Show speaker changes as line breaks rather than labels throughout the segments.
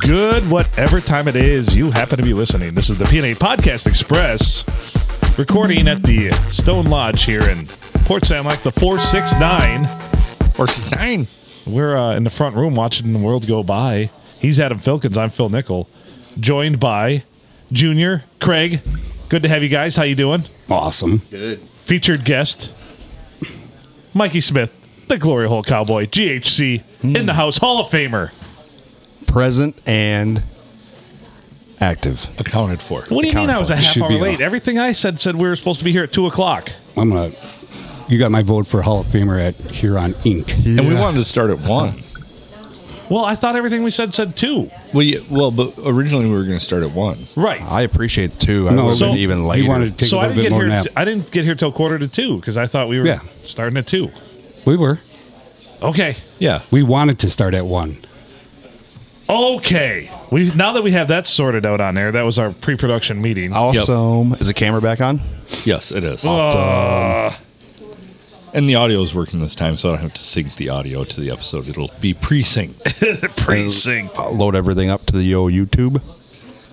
Good, whatever time it is you happen to be listening. This is the PNA Podcast Express, recording at the Stone Lodge here in Port Sound, like the 469.
Versus nine.
We're uh, in the front room watching the world go by. He's Adam Filkins. I'm Phil Nickel, joined by Junior Craig. Good to have you guys. How you doing?
Awesome.
Featured guest Mikey Smith, the Glory Hole Cowboy, GHC in
Hmm.
the house, Hall of Famer.
Present and active.
Accounted for.
What do you mean I was a
Counterpoint.
half
Should
hour
be
late?
a-
Everything I said said we were supposed to be here at two o'clock.
I'm gonna. You got my vote for Hall of Famer at Huron Inc.
And we wanted to start at one.
Well, I thought everything we said said two.
We well, but originally we were going to start at one.
Right.
I appreciate the two. I
No,
would have
so-
been even
We
later.
wanted to Ah, take
so
a
I
little
didn't
bit
get
more
here.
nap.
T- I didn't get here till quarter to two because I thought we were
Yeah.
starting at two.
we were.
Okay.
Yeah.
We wanted to start at one.
Okay. We now that we have that sorted out on there, that was our pre-production meeting.
Awesome. Is the camera back on?
Yes, it is. um,
Uh,
And the audio is working this time, so I don't have to sync the audio to the episode. It'll be pre-synced,
Oh,
precinct.
Uh, load everything up to the yo YouTube.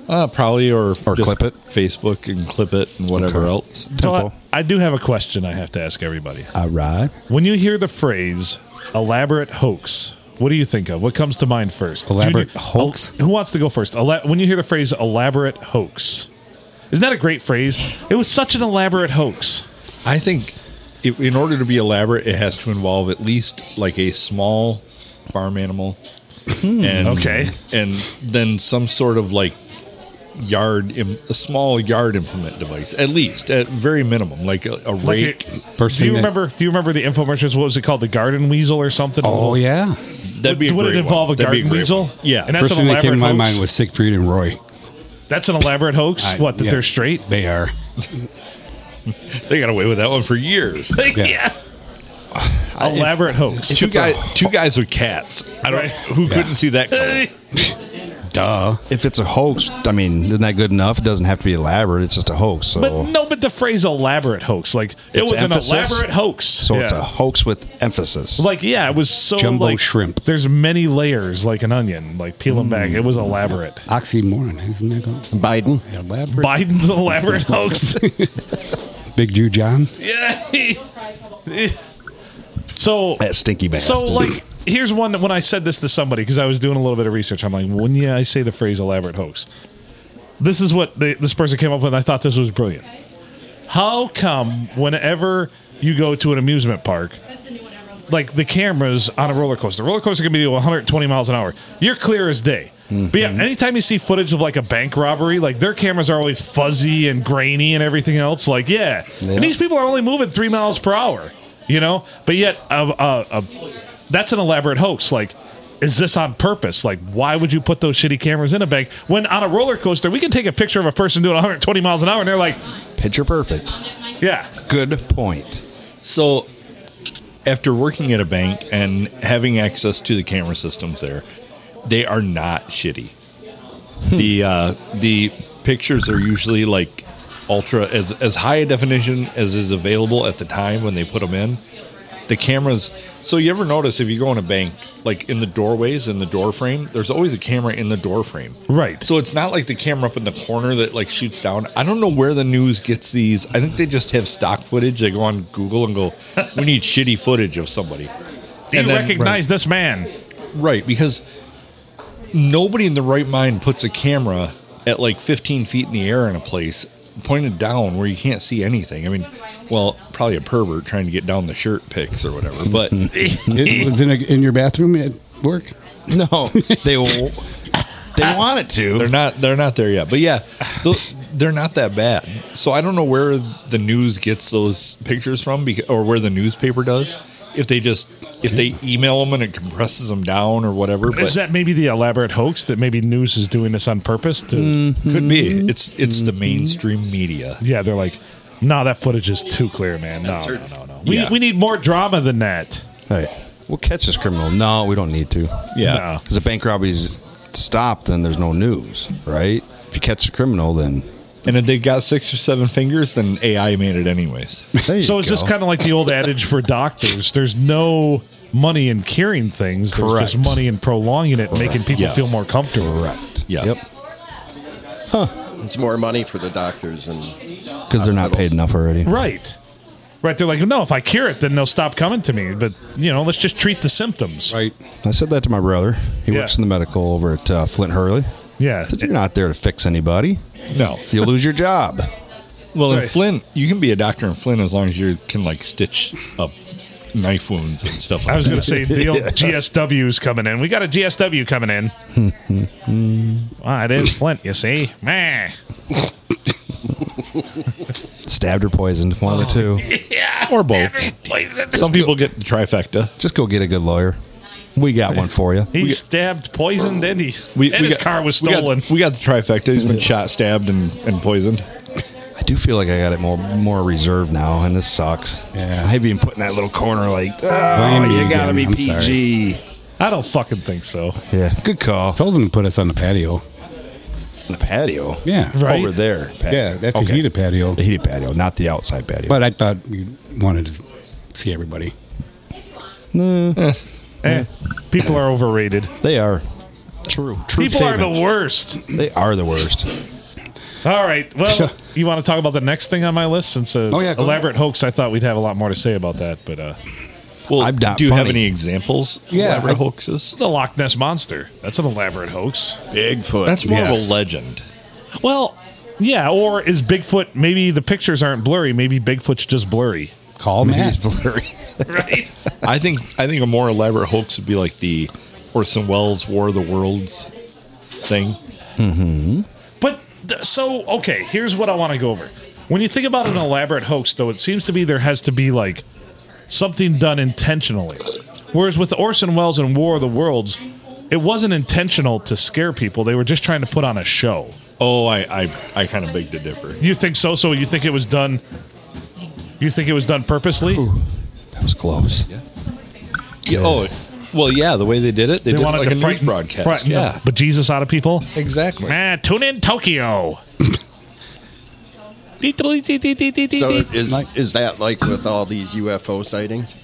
uh, probably, or
Or clip it.
Facebook and clip it, and whatever
Okay.
else.
So I,
Tempo.
I do have a question I have to ask everybody.
All right.
When you hear the phrase elaborate hoax, what do you think of? What comes to mind first?
Elaborate hoax?
el- Oh, who wants to go first? Ela- when you hear the phrase elaborate hoax, isn't that a great phrase? It was such an elaborate hoax.
I think, it, in order to be elaborate, it has to involve at least like a small farm animal, and
Hmm, Okay.
and then some sort of like yard, im- a small yard implement device, at least at very minimum, like a, a
Like
rake.
it-
First
do you
thing that-
remember? Do you remember the infomercials? What was it called? The garden weasel or something?
Oh yeah.
That'd be a
Would it
great one.
involve a
That'd be
garden
great
weasel?
one. Yeah,
And That's
First
an
thing that came to my
elaborate hoax.
mind was Siegfried and Roy.
That's an elaborate hoax.
I-
what? That
yeah.
they're straight?
They are.
they got away with that one for years.
yeah. Elaborate hoax.
two
it's a
guys, two guys with cats. I don't
Right.
who couldn't see that. coming.
Duh.
If it's a hoax, I mean, isn't that good enough? It doesn't have to be elaborate. It's just a hoax. So,
But no, but the phrase elaborate hoax, like it
Oh. It's
was
emphasis.
an elaborate hoax.
so it's
Yeah.
a hoax with emphasis.
like yeah, it was so
Jumbo
like,
shrimp.
There's many layers, like an onion. Like peel them back. It was elaborate.
Oxymoron, isn't that called?
Biden.
Elaborate.
Biden's elaborate hoax.
Big Jew John.
yeah. so
that stinky bastard.
so like here's one that when I said this to somebody because I was doing a little bit of research, I'm like, when yeah, I say the phrase elaborate hoax, this is what the, this person came up with. and I thought this was brilliant. How come whenever you go to an amusement park, like the cameras on a roller coaster, roller coaster can be 120 miles an hour. You're clear as day. But yeah, anytime you see footage of like a bank robbery, like their cameras are always fuzzy and grainy and everything else. Like, yeah,
Yeah.
and these people are only moving three miles per hour, you know. But yet, uh, uh, uh, that's an elaborate hoax. Like, is this on purpose? Like, why would you put those shitty cameras in a bank when on a roller coaster we can take a picture of a person doing 120 miles an hour and they're like,
picture perfect.
yeah,
Good point.
So, after working at a bank and having access to the camera systems there, they are not shitty. the uh, the pictures are usually like ultra as as high a definition as is available at the time when they put them in. The cameras. So you ever notice if you go in a bank, like in the doorways in the door frame, there's always a camera in the door frame.
Right.
So it's not like the camera up in the corner that like shoots down. I don't know where the news gets these. I think they just have stock footage. They go on Google and go, "We need shitty footage of somebody."
do you
And then-
recognize this man?
Right, because nobody in the right mind puts a camera at like 15 feet in the air in a place pointed down where you can't see anything. I mean, well, probably a pervert trying to get down the shirt pics or whatever. But
It was in, a, in your bathroom at work.
No, they will. They want it
they're
to.
not they're not there yet. But yeah, th- they're not that bad. So I don't know where the news gets those pictures from, because, or where the newspaper does. If they just if they email them and it compresses them down or whatever, but
Is that maybe the elaborate hoax that maybe news is doing this on purpose? To,
could be it's it's the mainstream media.
Yeah, they're like, nah, that footage is too clear, man. No, no, no, no. We,
Yeah.
we need more drama than that.
Hey, we'll catch this criminal. No, we don't need to.
Yeah.
No.
Because if bank robberies stop, then there's no news, right? If you catch the criminal, then
And if they've got six or seven fingers, then AI made it anyways.
there you
So is this
go.
kind of like the old adage for doctors? There's no money in curing things. There's just
Correct.
money in prolonging it, making people
Yes.
feel more comfortable.
Correct.
Yes.
Yep.
It's more money for the doctors and
Because they're not paid enough already.
Right. Right. They're like, no, if I cure it, then they'll stop coming to me. But, you know, let's just treat the symptoms.
Right.
I said that to my brother. He
Yeah.
works in the medical over at uh, Flint Hurley.
Yeah.
I said, You're not there to fix anybody.
No.
You'll lose your job.
Well, in
Right.
Flint, you can be a doctor in Flint as long as you can like stitch up knife wounds and stuff. Like
I was going
that.
to say the old GSW's coming in. We got a GSW coming in. ah, it is Flint, you see. Meh.
Stabbed or poisoned, one of the two.
or both. Some people get the trifecta.
Just go get a good lawyer. We got one for you.
He stabbed, poisoned, and, he, and his
got-
car was
we got-
stolen.
We got, the trifecta. He's been shot, stabbed, and, and poisoned.
I do feel like I got it more more reserved now, and this sucks.
Yeah.
I've been put in that little corner like, oh,
Blame me
you gotta
again.
be
I'm sorry."
PG.
I don't fucking think so.
Yeah, good call.
Told them to put us on the patio.
The patio.
Yeah.
Right.
Over there. patio.
Yeah, that's
Okay.
a heated patio.
The heated patio, not the outside patio.
But I thought we wanted to see everybody.
Eh, people are overrated.
they are true. True.
People are the
statement.
worst.
they are the worst.
All right. Well,
So-
you want to talk about the next thing on my list? Since uh,
Oh, yeah, go
elaborate hoax, I thought we'd have a lot more to say about that. But uh,
Well,
I'm not
do you have
funny.
any examples? of
Yeah,
elaborate
I-
hoaxes.
the Loch Ness monster. That's an elaborate hoax.
Bigfoot.
That's more
Yes.
of a legend.
Well, yeah. Or is Bigfoot? Maybe the pictures aren't blurry. Maybe Bigfoot's just blurry.
Call Matt.
Blurry.
Right.
I think I think a more elaborate hoax would be like the Orson Welles War of the Worlds thing.
But th- so okay, here's what I want to go over. When you think about an elaborate hoax, though, it seems to be there has to be like something done intentionally. Whereas with Orson Welles and War of the Worlds, it wasn't intentional to scare people. They were just trying to put on a show.
Oh, I I, I kind of beg to differ.
You think so? So you think it was done? You think it was done purposely?
That was close.
Yeah, Oh, well, yeah, the way they did it, they, did it like a news broadcast.
frighten the
yeah,
bejesus out of people.
exactly.
Man, tune in Tokyo.
so is is that like with all these UFO sightings?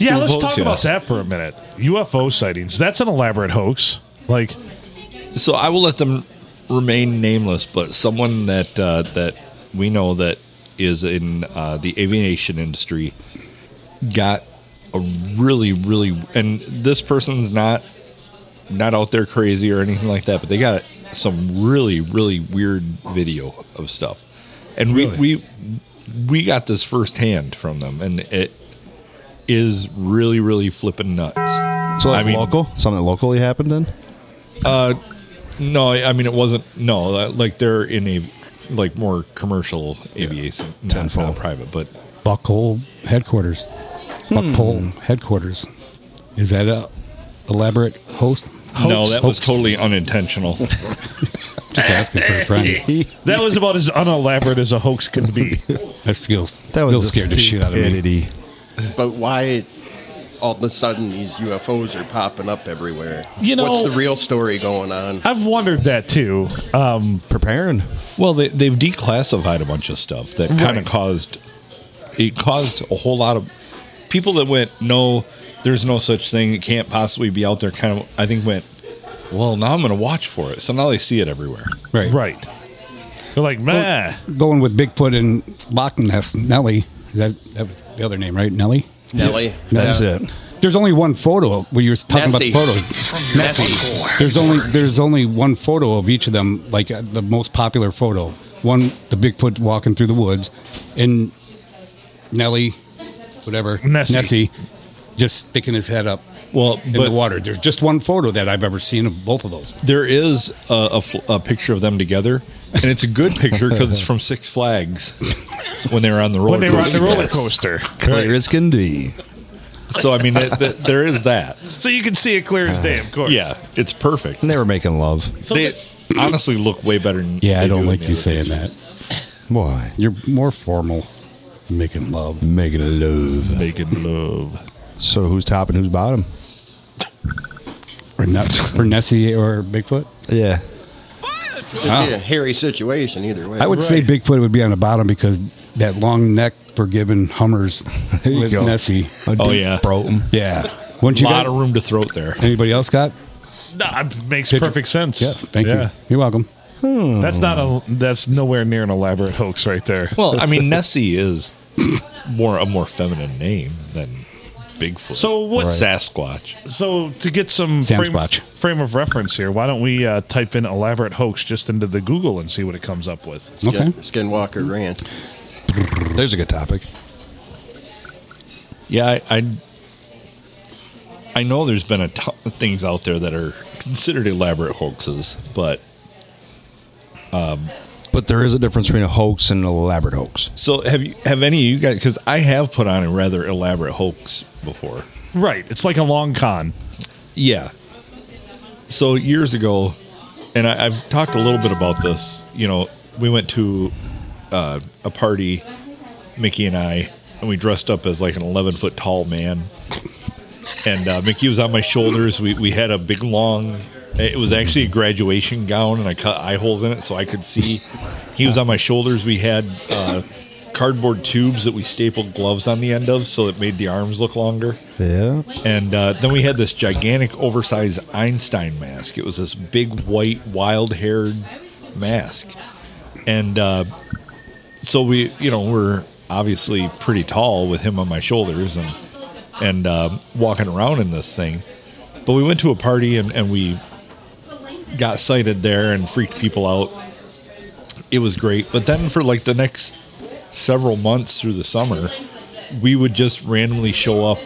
Yeah, let's
UFOs,
talk about
yes.
that for a minute. UFO sightings. That's an elaborate hoax. Like,
So I will let them remain nameless, but someone that uh, that we know that is in uh, the aviation industry got a really, really, and this person's not not out there crazy or anything like that, but they got some really, really weird video of stuff, and we we we got this firsthand from them, and it is really, really flipping nuts.
So
I
like
mean-
local? Something that locally happened then?
No, I I mean it wasn't. No, that- like they're in a like more commercial aviation, not,
Tenfold.
not private, but
Buckhole headquarters.
Hmm.
Buckhole headquarters. Is that a elaborate host?
no, that was
Hoax?
totally unintentional.
Just asking for a friend.
that was about as unelaborate as a hoax can be.
That skills.
That was a
scared the shit out of me.
stupidity.
But why all of a sudden these UFOs are popping up everywhere?
You know-
what's the real story going on?
I've wondered that too. Um,
Preparing.
well, they, they've declassified a bunch of stuff that kind of caused it caused a whole lot of people that went no, there's no such thing. It can't possibly be out there. Kind of, I think went. Well, now I'm going to watch for it. So now they see it everywhere.
Right.
right. They're like, meh.
Going with Bigfoot and Loch Ness, Nelly. That, that was the other name, right? Nelly?
Nelly.
That's
Yeah.
it.
There's only one photo when you were talking
Nessie.
about the photos. Nessie. There's only there's only one photo of each of them, like uh, the most popular photo. One, the Bigfoot walking through the woods, and Nellie, whatever
Nessie.
just sticking his head up
Well,
in
but
the water. There's just one photo that I've ever seen of both of those.
there is a, a fl- a picture of them together, and it's a good picture because it's from Six Flags when they were on the roller
When they were on the
coaster.
roller coaster.
Clear as can be.
So I mean, that, that, there is that.
So you can see it clear as day, of course.
Uh, Yeah, it's perfect.
And they were making love.
So
They honestly look way better. Than
Yeah,
they
I don't
do in
like
the
you
other
saying
pictures.
that.
Why?
You're more formal, making love.
Making love.
making love.
So who's top and who's bottom?
For, Ne- for Nessie or Bigfoot?
Yeah.
It'd be a hairy situation either way.
I would say Bigfoot would be on the bottom because that long neck for giving Hummers
you
with
go.
Nessie.
Oh, yeah.
Broughton.
Yeah. Once you
lot
got
of room to throat there.
anybody else got?
Nah, it makes
Picture-
perfect sense.
Yes, thank
Yeah.
you. You're welcome.
That's not a. That's nowhere near an elaborate hoax, right there.
Well, I mean, Nessie is more a more feminine name than Bigfoot.
So what-
or Sasquatch?
So to get some frame,
Sasquatch.
frame of reference here, why don't we uh, type in elaborate hoax just into the Google and see what it comes up with?
Okay.
Skin- Skinwalker Ranch.
There's a good topic.
Yeah, I, I I know there's been a ton of things out there that are considered elaborate hoaxes, but
But there is a difference between a hoax and an elaborate hoax.
so have you have any of you guys? Because I have put on a rather elaborate hoax before.
Right. It's like a long con.
Yeah. So years ago, and I, I've talked a little bit about this. You know, we went to uh, a party, Mickey and I, and we dressed up as like an 11 foot tall man. And uh, Mickey was on my shoulders. We we had a big long. It was actually a graduation gown, and I cut eye holes in it so I could see. He was on my shoulders. We had uh, cardboard tubes that we stapled gloves on the end of, so it made the arms look longer.
Yeah.
And uh, then we had this gigantic, oversized Einstein mask. It was this big, white, wild haired mask. And uh, so we, you know, we're obviously pretty tall with him on my shoulders and and uh, walking around in this thing. But we went to a party and, and we got sighted there and freaked people out. It was great. But then for like the next several months through the summer, we would just randomly show up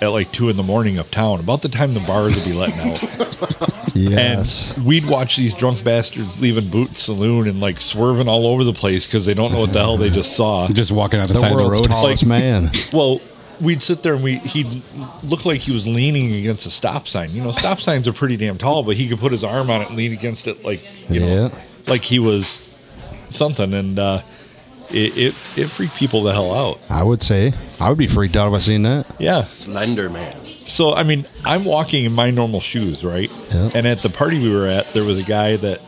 at like two in the morning uptown, about the time the bars would be letting out.
Yes.
And we'd watch these drunk bastards leaving Boot Saloon and like swerving all over the place because they don't know what the hell they just saw.
Just walking on the,
the
side of the
world's
road.
tallest
Like-
man.
Well, we'd sit there and we he'd look like he was leaning against a stop sign. You know, stop signs are pretty damn tall, but he could put his arm on it and lean against it like you know,
Yeah.
like he was something, and uh, it, it it freaked people the hell out.
I would say. I would be freaked out if I seen that.
Yeah.
Slender Man.
So I mean, I'm walking in my normal shoes, right?
Yeah.
And at the party we were at, there was a guy that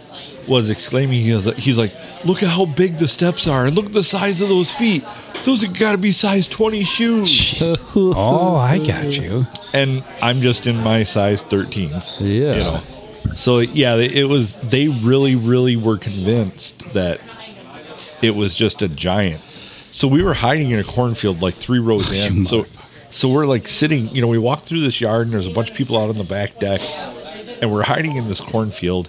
was exclaiming, he was, he's like, "Look at how big the steps are, and look at the size of those feet. Those have got to be size 20 shoes."
Oh, I got you.
And I'm just in my size 13s.
Yeah.
You know. So yeah, it was. They really, really were convinced that it was just a giant. So we were hiding in a cornfield like three rows in. So so we're like sitting, you know, we walked through this yard and there's a bunch of people out on the back deck and we're hiding in this cornfield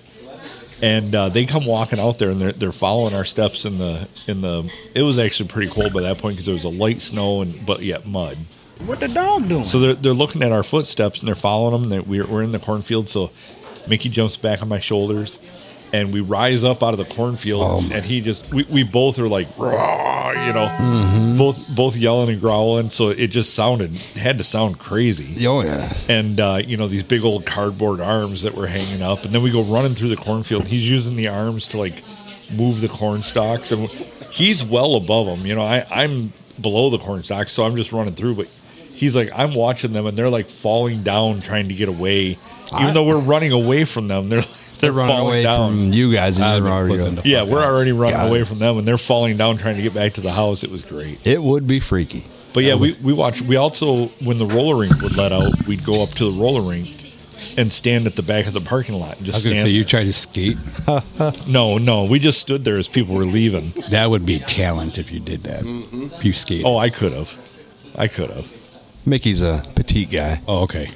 and uh, they come walking out there and they're, they're following our steps in the in the it was actually pretty cold by that point because there was a light snow and but yet mud
What the dog doing?
so they're, they're looking at our footsteps and they're following them. That we're, we're in the cornfield. So Mickey jumps back on my shoulders and we rise up out of the cornfield.
Oh,
and he just, we, we both are like, "Raw," you know,
Mm-hmm.
both, both yelling and growling. So it just sounded, had to sound crazy.
Oh, yeah.
And, uh, you know, these big old cardboard arms that were hanging up. And then we go running through the cornfield. He's using the arms to like move the corn stalks. And he's well above them. You know, I, I'm below the corn stalks. So I'm just running through. But he's like, I'm watching them and they're like falling down trying to get away. Even
I-
though we're running away from them, they're, they're, falling down.
from you guys. And
I'd
you're
be
already
put
going.
them to-
yeah, we're already running
God.
away from them and they're falling down trying to get back to the house. It was great.
It would be freaky.
But yeah, we, we watched. We also, when the roller rink would let out, we'd go up to the roller rink and stand at the back of the parking lot and
I was
just
going to
stand.
say, you try to skate.
no, no, we just stood there as people were leaving.
That would be talent if you did that.
Mm-hmm.
If you skate.
Oh, I could have, I could have.
Mickey's a petite guy.
Oh, okay.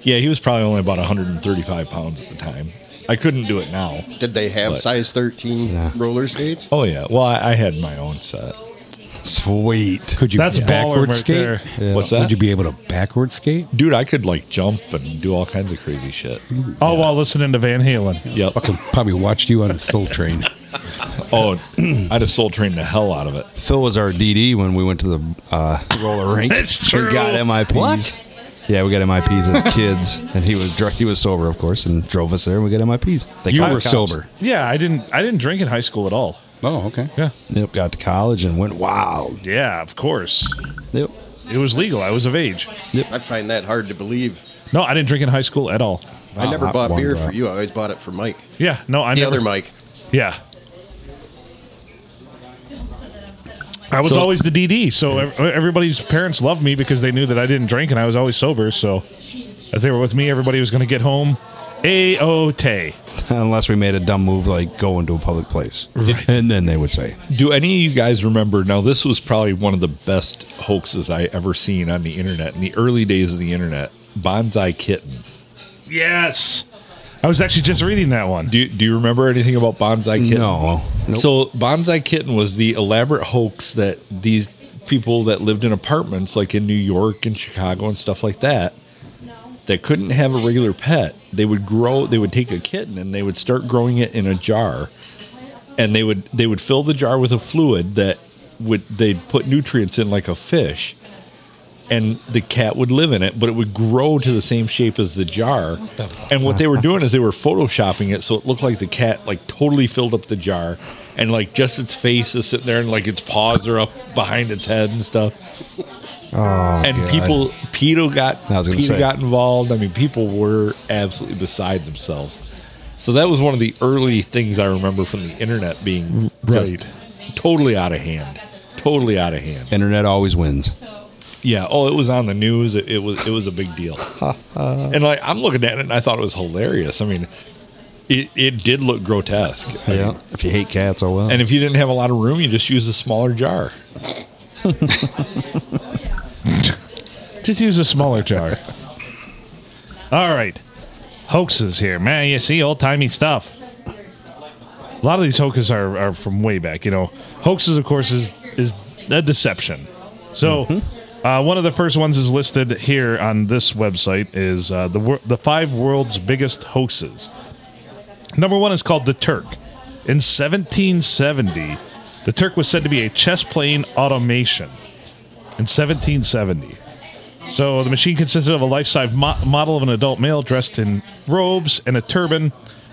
Yeah, he was probably only about 135 pounds at the time. I couldn't do it now.
Did they have
But-
size 13
Yeah.
roller skates?
Oh yeah, well I, I had my own set.
Sweet.
Could you
That's baller
backward
right
skate?
there.
What's
Would
that?
you be able to backward skate?
Dude, I could like jump and do all kinds of crazy shit.
All while listening to Van Halen.
Yep.
Fucking probably watched you on a soul train.
Oh, I'd have soul trained the hell out of it.
Phil was our DD when we went to the uh, roller rink.
It's true.
We got MIPs. Yeah, we got MIPs as kids, and he was dr- he was sober, of course, and drove us there, and we got MIPs. They
You
got-
were sober.
Yeah, I didn't. I didn't drink in high school at all.
Oh, okay.
Yeah.
Yep, got to college and went wild.
Yeah, of course.
Yep.
It was legal. I was of age.
I find that hard to believe.
No, I didn't drink in high school at all.
I
Wow,
never
not
bought
one
beer
drop.
for you. I always bought it for Mike.
Yeah. No, I
The
never.
other Mike.
Yeah. I was
So-
always the DD, so ev- everybody's parents loved me because they knew that I didn't drink and I was always sober. So if they were with me, everybody was going to get home a o t.
Unless we made a dumb move like go into a public place. And then they would say,
Do any of you guys remember? Now, this was probably one of the best hoaxes I ever seen on the internet in the early days of the internet. Bonsai kitten.
Yes, I was actually just reading that one.
Do you, do you remember anything about Bonsai Kitten?
No. Nope.
So Bonsai Kitten was the elaborate hoax that these people that lived in apartments like in New York and Chicago and stuff like that that couldn't have a regular pet, they would grow they would take a kitten and they would start growing it in a jar and they would they would fill the jar with a fluid that would they'd put nutrients in like a fish and the cat would live in it, but it would grow to the same shape as the jar. and what they were doing is they were photoshopping it so it looked like the cat like totally filled up the jar and like just its face is sitting there and like its paws are up behind its head and stuff. and
Oh, God.
people Peter got
I was gonna
Peter
say.
got involved. I mean people were absolutely beside themselves. So that was one of the early things I remember from the internet being just
Right.
totally out of hand. Totally out of hand.
internet always wins.
Yeah. Oh, it was on the news. It, it was it was a big deal. and like I'm looking at it, and I thought it was hilarious. I mean, it it did look grotesque. I mean,
Yeah. If you hate cats, oh well.
And if you didn't have a lot of room, you just use a smaller jar.
Just use a smaller jar. All right. Hoaxes here. Man, you see old timey stuff. A lot of these hoaxes are, are from way back. You know, hoaxes, of course, is, is a deception. So, uh, one of the first ones is listed here on this website is uh, the, wor- the five world's biggest hoaxes. Number one is called the Turk. In 1770, the Turk was said to be a chess playing automation. In 1770. So the machine consisted of a life-size mo- model of an adult male dressed in robes and a turban,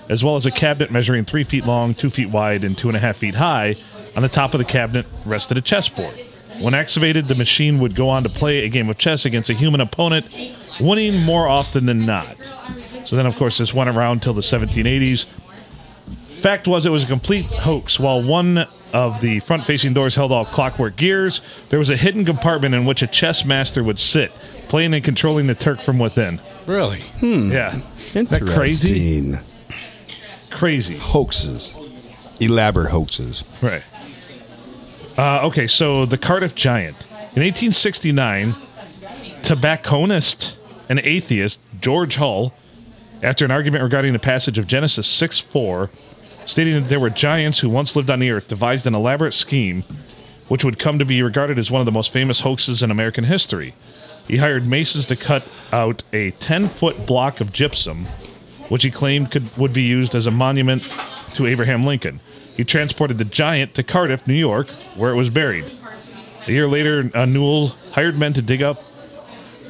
as well as a cabinet measuring three feet long, two feet wide, and two and a half feet high. On the top of the cabinet rested a chessboard. When activated, the machine would go on to play a game of chess against a human opponent, winning more often than not. So then, of course, this went around till the 1780s. Fact was, it was a complete hoax. While one of the front facing doors held all clockwork gears, there was a hidden compartment in which a chess master would sit, playing and controlling the Turk from within.
Really?
Yeah. Isn't that crazy?
Interesting.
Crazy.
Hoaxes. Elaborate hoaxes.
Right. Uh, okay, so the Cardiff Giant. In 1869, tobacconist and atheist George Hull, after an argument regarding the passage of Genesis 6 4, stating that there were giants who once lived on the earth, devised an elaborate scheme which would come to be regarded as one of the most famous hoaxes in American history. He hired masons to cut out a 10 foot block of gypsum, which he claimed could, would be used as a monument to Abraham Lincoln. He transported the giant to Cardiff, New York, where it was buried. A year later, uh, Newell hired men to dig up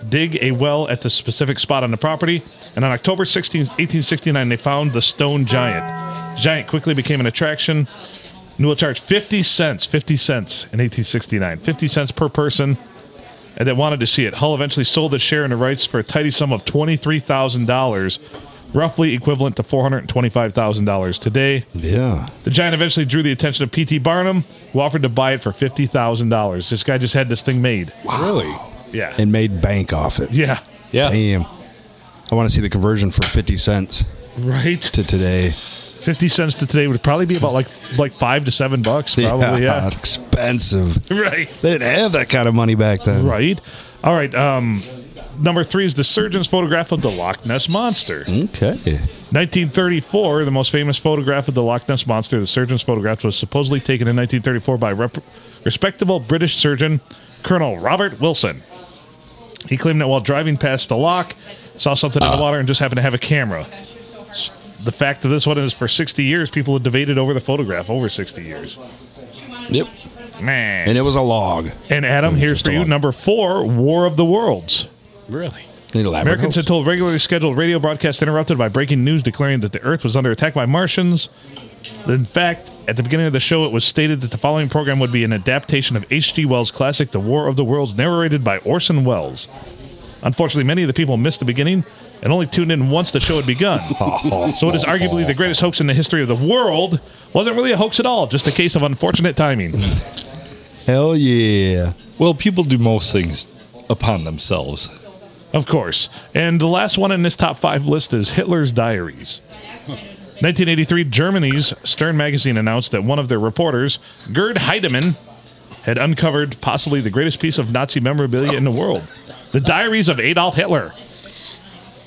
dig a well at the specific spot on the property, and on October 16, 1869, they found the stone giant. The giant quickly became an attraction. Newell charged 50 cents, 50 cents in 1869, 50 cents per person and that wanted to see it. Hull eventually sold his share in the rights for a tidy sum of $23,000, roughly equivalent to $425,000 today.
Yeah.
The giant eventually drew the attention of P.T. Barnum, who offered to buy it for $50,000. This guy just had this thing made.
Really?
Yeah.
And made bank off it.
yeah.
Yeah.
Damn. I want to see the conversion for 50 cents
Right.
to today.
50 cents to today would probably be about like like 5 to 7 bucks probably. Yeah.
Expensive.
Right.
They didn't have that kind of money back then.
Right. All right. Um number 3 is the surgeon's photograph of the Loch Ness monster.
Okay.
1934, the most famous photograph of the Loch Ness monster, the surgeon's photograph, was supposedly taken in 1934 by rep- respectable British surgeon Colonel Robert Wilson. He claimed that while driving past the lock, saw something
Ah.
in the water and just happened to have a camera. S- The fact of this one is, for 60 years, people had debated over the photograph. Over 60 years,
Yep.
man.
And it was a log.
And Adam, here's
just a
for you,
lot.
number four: War of the Worlds.
Really?
Elaborate
Americans had
hoax.
told regularly scheduled radio broadcasts interrupted by breaking news declaring that the Earth was under attack by Martians. In fact, at the beginning of the show, it was stated that the following program would be an adaptation of H.G. Wells' classic The War of the Worlds, narrated by Orson Welles. Unfortunately, many of the people missed the beginning and only tuned in once the show had begun. so it is arguably the greatest hoax in the history of the world. Wasn't really a hoax at all, just a case of unfortunate timing.
Hell yeah.
Well, people do most things upon themselves.
Of course. And the last one in this top five list is Hitler's Diaries. 1983, Germany's Stern magazine announced that one of their reporters, Gerd Heidemann, had uncovered possibly the greatest piece of Nazi memorabilia in the world the diaries of Adolf Hitler.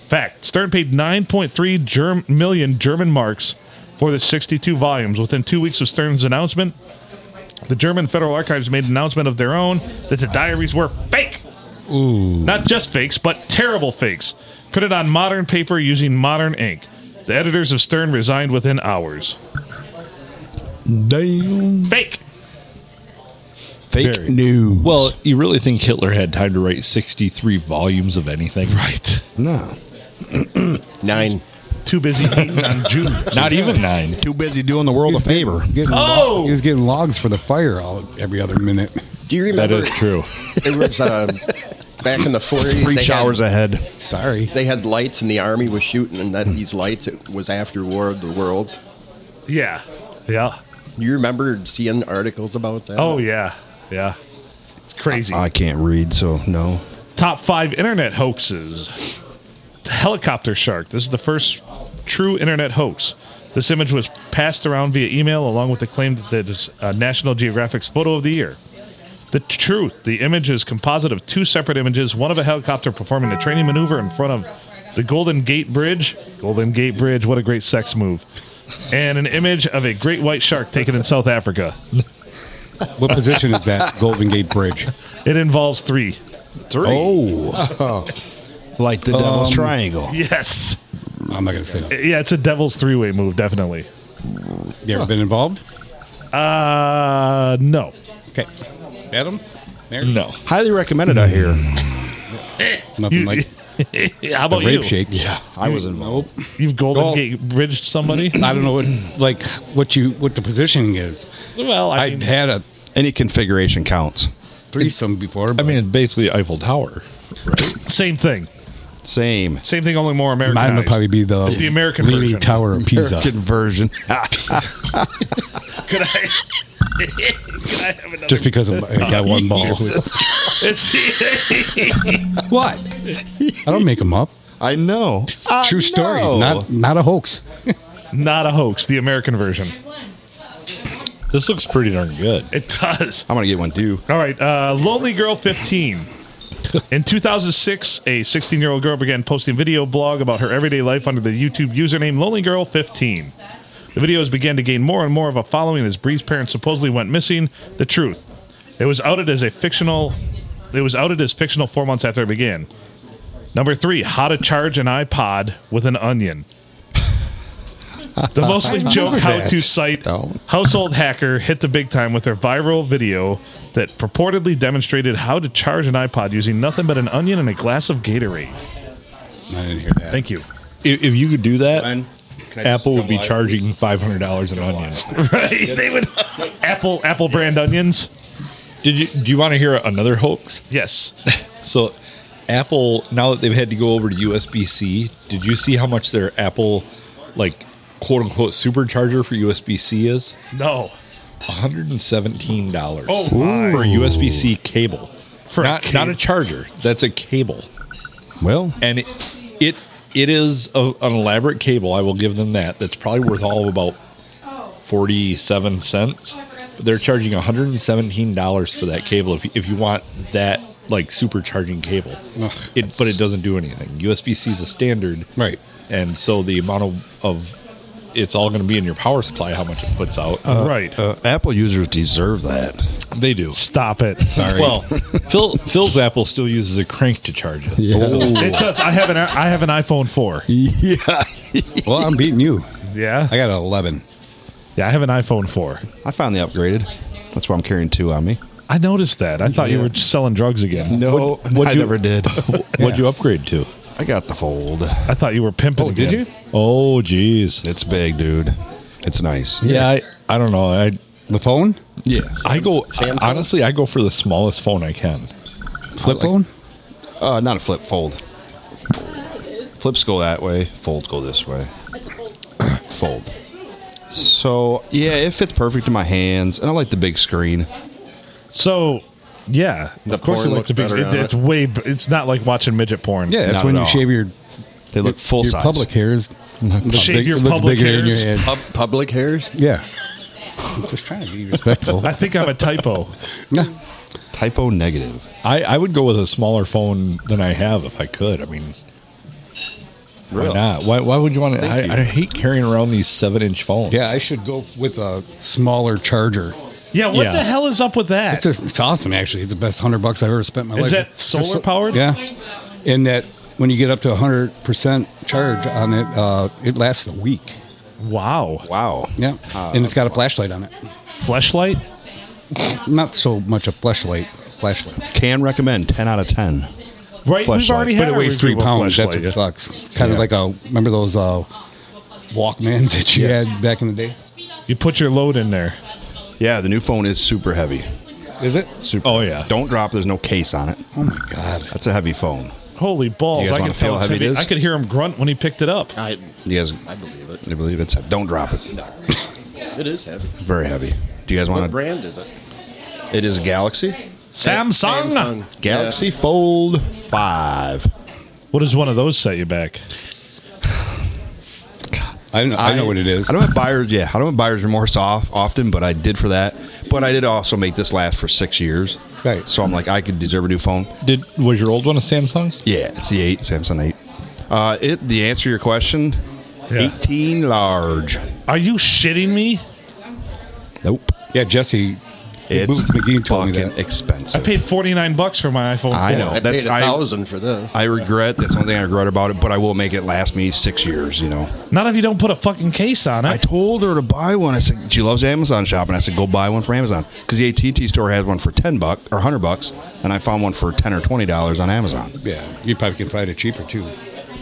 Fact Stern paid 9.3 Germ- million German marks for the 62 volumes. Within two weeks of Stern's announcement, the German Federal Archives made an announcement of their own that the diaries were fake not just fakes, but terrible fakes, printed on modern paper using modern ink. The editors of Stern resigned within hours.
Damn.
Fake.
Fake news.
Well, you really think Hitler had time to write 63 volumes of anything? Right.
no.
Nine.
Too busy hating on Jews.
Not even nine.
Too busy doing the world a favor.
Getting
Oh!
lo- he was getting logs for the fire all every other minute.
Do you
That
remember?
is true.
It was uh, back in the 40s.
Three
they
showers
Had,
ahead.
Sorry.
they had lights, and the army was shooting, and that these lights it was after War of the Worlds.
Yeah. Yeah.
Do you remember seeing articles about that?
Oh, yeah. Yeah. It's crazy.
I can't read, so no.
Top five internet hoaxes. The helicopter shark. This is the first true internet hoax. This image was passed around via email along with the claim that it is uh, National Geographic's photo of the year. The truth the image is composite of two separate images one of a helicopter performing a training maneuver in front of the Golden Gate Bridge. Golden Gate Bridge, what a great sex move. And an image of a great white shark taken in South Africa.
What position is that? Golden Gate Bridge.
It involves three.
Three. Oh. like the devil's triangle.
Yes.
I'm not gonna say. That.
Yeah, it's a devil's three way move, definitely.
You ever been involved?
Uh, no.
Okay. Adam. Mary?
Mm.
No.
Highly recommended, I hear.
Nothing
You-
like
How
the
about
rape
you?
shake.
Yeah, I was involved.
Nope.
You've Golden
Go-
Gate bridged somebody?
I don't know what like what you what the positioning is.
well, I,
I
mean,
had a
Any configuration counts.
threesome before.
I
But
mean, it's basically Eiffel Tower.
same thing.
Same.
Same thing, only more
mine would
Americanized.
probably be the,
It's the American
Leaning
version.
Tower of Pisa.
American version.
Could I? Could I have another?
Just because of, I got one ball.
It's-
What? I don't make them up.
I know.
Uh,
True story.
no.
Not not a hoax.
not a hoax. The American version.
This looks pretty darn good.
It does.
I'm going to get one too.
All right. Uh, Lonely Girl 15. In 2006, a 16 year old girl began posting video blog about her everyday life under the YouTube username Lonely Girl 15. The videos began to gain more and more of a following as Bree's parents supposedly went missing. The truth. It was outed as a fictional. It was outed as fictional four months after it began. Number three, how to charge an iPod with an onion. The mostly joke how-to site
Oh.
Household Hacker hit the big time with their viral video that purportedly demonstrated how to charge an iPod using nothing but an onion and a glass of Gatorade.
I didn't hear that.
Thank you.
If, if you could do that,
I
Apple would be charging $500 an onion.
Right? They would Apple Apple brand onions.
Did you, do you want to hear another hoax?
Yes.
So, Apple, now that they've had to go over to USB C, did you see how much their Apple, like, quote unquote, supercharger for USB C is?
No.
$117
Oh
for a
my.
USB C cable.
For a
not, not
cable.
a charger. That's a cable.
Well,
and it it, it is a, an elaborate cable. I will give them that. That's probably worth all of about forty seven cents. But they're charging one hundred and seventeen dollars for that cable if you, if you want that like supercharging cable.
Ugh.
It, but it doesn't do anything. USB C is a standard,
Right.
And so the amount of, of it's all going to be in your power supply how much it puts out.
right.
uh, Apple users deserve that.
they do.
Stop it.
Sorry.
Well, Phil Phil's Apple still uses a crank to charge it.
It does. I have an I have an iPhone 4.
Yeah.
well, I'm beating you.
Yeah.
I got an 11.
Yeah, I have an iPhone 4.
I finally upgraded. That's why I'm carrying two on me.
I noticed that. I thought you were selling drugs again.
No, I
you-
never did.
What'd you upgrade to?
I got the fold.
I thought you were pimping
Oh,
again.
did you?
Oh, jeez.
It's big, dude. It's nice.
Yeah, I, I don't know. I
The phone?
Yeah.
I go honestly. I go for the smallest phone I can.
Flip phone?
Uh, not a flip, fold. Flips go that way, folds go this way. Fold. So, yeah, it fits perfect in my hands, and I like the big screen.
So, yeah,
The
of course
porn
it looks big.
looks better
It,
on
it's way. b- It's not like watching midget porn.
Yeah, that's
Not
when
at
you
all.
shave your
They look full
your
size.
public hairs. looks
Shave your
it looks
public
bigger
hairs.
in your head.
Pub- public hairs?
Yeah. I'm just trying to be respectful.
I think I'm a typo.
No.
Typo negative.
I, I would go with a smaller phone than I have if I could. I mean, why not? Why, why would you want to? I, I hate carrying around these seven inch phones.
Yeah, I should go with a smaller charger.
Yeah, what
Yeah.
the hell is up with that?
It's just, it's awesome actually. It's the best hundred bucks I've ever spent in my
Is
life.
that solar
Just-
powered?
Yeah, and that when you get up to hundred percent charge on it, uh, it lasts a week.
wow,
Wow.
Yeah,
Ah,
and it's got a flashlight on it.
flashlight.
Not so much a flashlight, flashlight,
Can recommend 10 out of 10.
Right, we've
Fleshlight.
already had
but it
a
weighs three
review of
pounds. That's
fleshlight,
what
yeah.
sucks. It's kind of like a remember those uh, Walkmans that you
Yes.
had back in the day.
You put your load in there.
Yeah, the new phone is super heavy.
Is it?
Super.
Oh, yeah.
Don't drop. There's no case on it.
Oh my god!
That's a heavy phone.
Holy balls!
guys
I
wanna
could tell
feel
it's
how
heavy.
heavy it is?
I could hear him grunt when he picked it up.
I,
You guys,
I believe it.
I believe it's. Don't drop it.
It is heavy.
Very heavy. Do you guys
What
want to?
brand is it?
It is Galaxy.
Samsung.
Galaxy Fold 5.
What does one of those set you back?
I know. I, know what it is.
I don't have buyers. Yeah, I don't have buyer's remorse off often, but I did for that. But I did also make this last for six years.
Right.
So I'm like, I could deserve a new phone.
Did was your old one a Samsung?
Yeah, it's the eight Samsung eight. Uh, it the answer to your question,
Yeah.
eighteen large.
Are you shitting me?
Nope.
yeah, Jesse.
It's
Boots McGee told me
fucking
that.
I
expensive.
paid forty nine bucks for my iPhone.
I
4.
know.
I
That's-
paid a
I-
thousand for this.
I regret. That's one thing I regret about it. But I will make it last me six years. You know.
Not if you don't put a fucking case on
I
it.
told her to buy one. I said she loves Amazon shopping. I said go buy one from Amazon because the AT and T store has one for ten bucks or hundred bucks, and I found one for ten or twenty dollars on Amazon.
Yeah, you probably can find it cheaper too.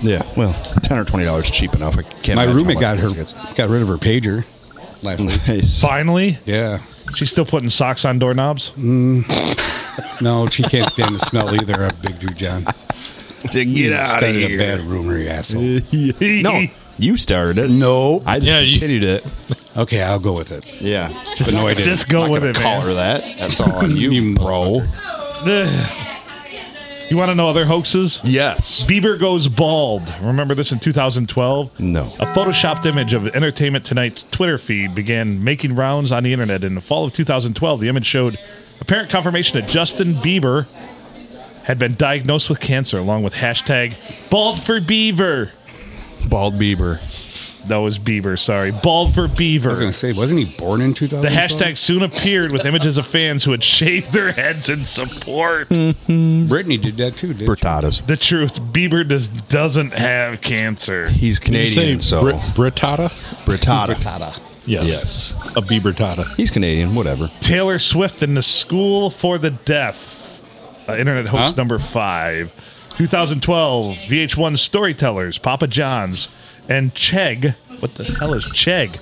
Yeah, well, ten or twenty dollars cheap enough. I can't.
My
imagine
roommate
how
got
much
her
it
got rid of her pager last week.
gets.
Finally,
Yeah.
she's still putting socks on doorknobs.
No, she can't stand the smell either of Big Drew John.
to
You
get out of
started a bad
here.
rumor, you asshole.
no, you started it.
No.
I just
Yeah, you-
continued it.
Okay, I'll go with it.
Yeah,
But no, I didn't.
Just go
I'm not
with
gonna
it,
call her
man.
that. That's all on you,
You
bro.
Ugh. You want to know other hoaxes?
Yes.
Bieber goes bald. Remember this in 2012?
No.
A photoshopped image of Entertainment Tonight's Twitter feed began making rounds on the internet in the fall of 2012. The image showed apparent confirmation that Justin Bieber had been diagnosed with cancer, along with hashtag bald for Beaver.
Bald Bieber.
That was Bieber, sorry. Bald for Beaver.
I was going to say, wasn't he born in 2000?
The hashtag soon appeared with images of fans who had shaved their heads in support.
Brittany did that too, did
Bertadas.
The truth, Bieber does, doesn't have cancer.
He's
Did you
Canadian,
say
so
Bri- Brittata?
Britada.
Yes.
Yes.
A Biebertata.
He's Canadian. Whatever.
Taylor Swift and the School for the Deaf, uh, internet hoax
Huh?
number five, 2012, VH1 Storytellers, Papa John's, and Chegg. What the hell is Chegg?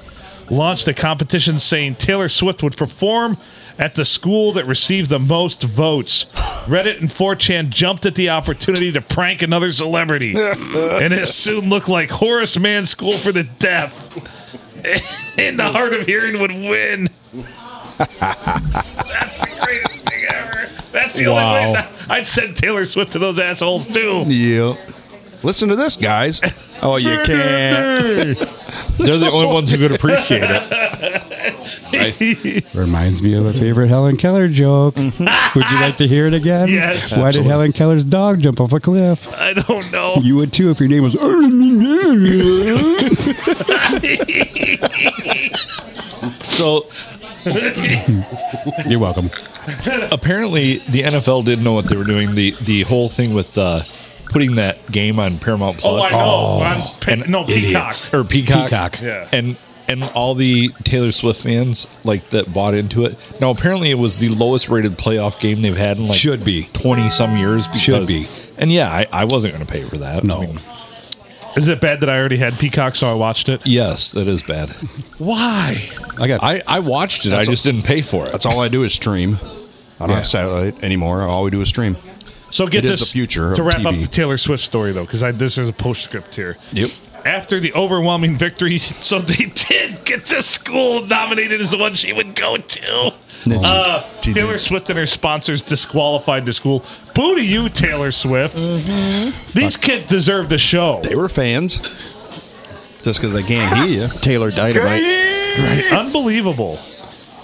Launched a competition saying Taylor Swift would perform at the school that received the most votes. Reddit and 4chan jumped at the opportunity to prank another celebrity, and it soon looked like Horace Mann School for the Deaf. And the hard of hearing would win. greatest thing ever. That's the only
Wow.
way. That, I'd send Taylor Swift to those assholes too.
Yep. Listen to this, guys. Oh, you can't.
They're the only ones who could appreciate it.
Reminds me of a favorite Helen Keller joke. Would you like to hear it again?
Yes.
Why did Helen Keller's dog jump off a cliff?
I don't know.
You would too if your name was. That's
So
You're welcome.
apparently the NFL didn't know what they were doing. The the whole thing with uh, putting that game on Paramount
oh, I
Plus.
know. I'm pe-
and
no, Peacock.
idiots.
or Peacock.
Peacock.
Yeah.
And and all the Taylor Swift fans like that bought into it. Now apparently it was the lowest rated playoff game they've had in like
Should be.
twenty some years. Because,
Should be.
And yeah, I, I wasn't going to pay for that.
No.
I mean,
Is it bad that I already had Peacock, so I watched it?
yes, that is bad.
Why?
I got.
I I watched it. I just didn't pay for it.
That's all I do is stream. I don't
Yeah.
have satellite anymore. All we do is stream.
So get
It
this
is the future of
to wrap up
TV.
the Taylor Swift story though, because this is a postscript here.
Yep.
After the overwhelming victory, so they did get to school nominated as the one she would go to. Uh,
she did.
Taylor Swift and her sponsors disqualified to school. Boo to you, Taylor Swift. These kids deserve the show.
They were fans. Just because they can't hear you.
Taylor Dynamite,
Unbelievable.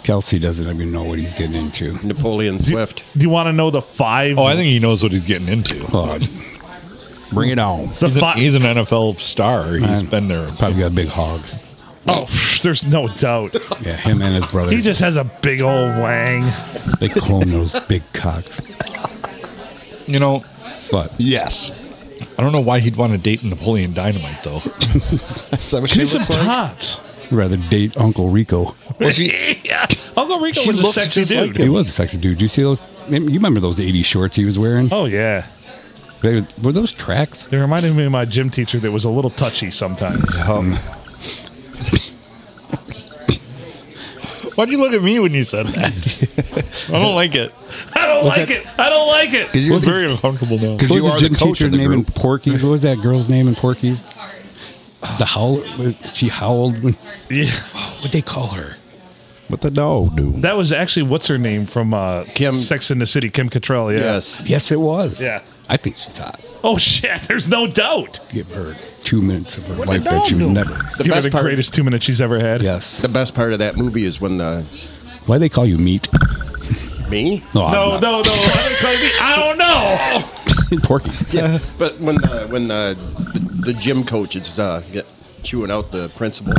Kelsey doesn't even know what he's getting into.
Napoleon Swift.
Do you want to know the five?
Oh, I think he knows what he's getting into.
God,
Bring it on.
the
He's an,
fi-
he's an NFL star. He's been there.
probably got a big hog.
oh, psh, there's no doubt.
Yeah, him and his brother.
He just has a big old wang.
they clone those big cocks.
You know,
But
Yes.
I don't know why he'd want to date Napoleon Dynamite though.
Is that what she
She's some
looks like?
tots.
I'd rather date Uncle Rico.
yeah. Uncle Rico
She
was a
looks
sexy
just like
dude.
him.
He was a sexy dude. You see those? You remember those '80s shorts he was wearing?
oh yeah.
They- Were those tracks?
They reminded me of my gym teacher that was a little touchy sometimes.
Um,
Why'd you look at me when you said that? I don't like it.
I don't like it. I don't like it.
I'm very uncomfortable now.
What
You
was
are
the
the
gym
coach
teacher
of the
name in
group.
Porky? What was that girl's name in Porky's? The howl. She howled. When,
Yeah.
what'd they call her?
What the dog do?
That was actually what's her name from uh,
Kim-
Sex in the City, Kim Cattrall. Yeah.
Yes.
Yes, it was.
Yeah.
I think she's hot.
Oh shit! There's no doubt.
Give her two minutes of her
What
life
did
that
Dog
she would
do?
never.
The
Give her
best
the
part.
greatest two minutes she's ever had.
Yes.
The best part of that movie is when the
Why they call you meat?
me.
I'm
No,
not.
no, no. I don't call me- I don't know.
Porky.
Yeah, but when the, when the, the, the gym coach is uh, get, chewing out the principal,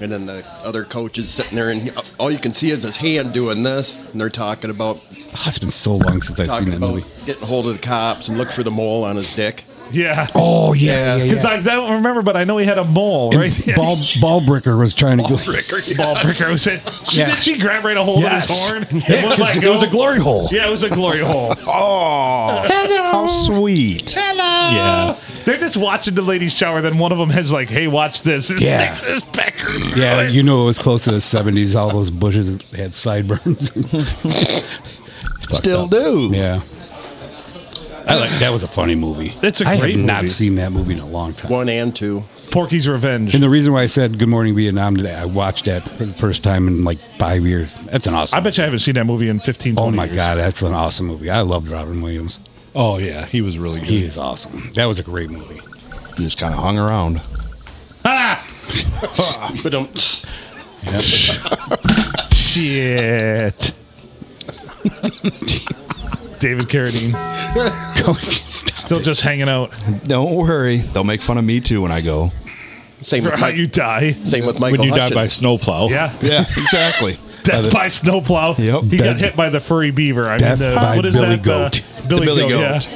and then the other coach is sitting there, and he- all you can see is his hand doing this, and they're talking about
Oh, it's been so long since I've seen
talking
that
about
movie.
getting hold of the cops and look for the mole on his dick.
Yeah.
Oh yeah, yeah.
Because I, I don't remember, but I know he had a mole, right?
Ball Ballbricker was trying to go.
Ricker, yeah.
Ball bricker. Was it? She,
Yeah.
Did she grab right a hold
Yes.
of his horn?
Yeah,
and wouldn't
'cause
let
it was
go?
a glory hole.
Yeah, it was a glory hole.
Oh, how sweet.
Yeah.
They're just watching the ladies shower. Then one of them has like, "Hey, watch this. This
Yeah.
this is Becker."
Yeah, you know it was close to the seventies. All those bushes had sideburns. Fucked
Still
up.
do.
Yeah. I like that was a funny movie.
It's a
I
great
have not
movie.
seen that movie in a long time.
One and two.
Porky's Revenge.
And the reason why I said Good Morning Vietnam today, I watched that for the first time in like five years. That's an awesome.
I bet you I haven't seen that movie in 15, 20
Oh my
years.
god, that's an awesome movie. I loved Robin Williams.
Oh yeah, he was really good.
He is awesome. That was a great movie.
You just kind of hung around.
But um,
Shit. David Carradine. Still just hanging out.
Don't worry. They'll make fun of me too when I go.
same
For
with
how
Mike,
you die.
same with Michael
When you die
Hutchins.
by snowplow.
Yeah.
Yeah, exactly.
Death by snowplow.
Yep.
He got
Dead-
hit by the furry beaver. I
Death
mean, the,
by
what is
Billy
that?
Goat.
The Billy,
Billy
Goat.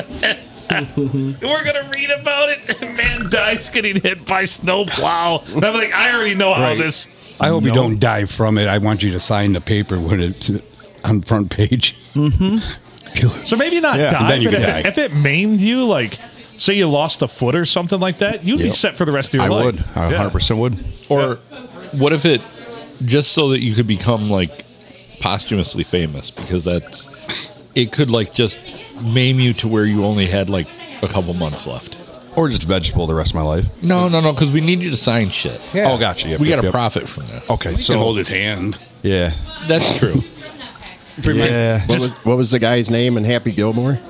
Goat.
yeah. We're gonna read about it. Man dies getting hit by snowplow. And I'm like, I already know how
Right.
this.
I hope you don't die from it. I want you to sign the paper when it's on the front page.
So maybe not
Yeah.
die,
Then you
but if,
can
It,
die.
if it maimed you, like say you lost a foot or something like that, you'd be
Yep.
set for the rest of your
I
life.
would. I
Yeah.
100% would.
Or what if it just so that you could become like posthumously famous because that's it could like just maim you to where you only had like a couple months left.
Or just vegetable the rest of my life.
No, no, no, because we need you to sign shit.
Yeah. Oh, gotcha. Yep,
we
yep,
got to
yep. Oh.
profit from this.
Okay,
So
so.
his hand.
Yeah.
that's true.
Yeah.
what, was, what was the guy's name in Happy Gilmore?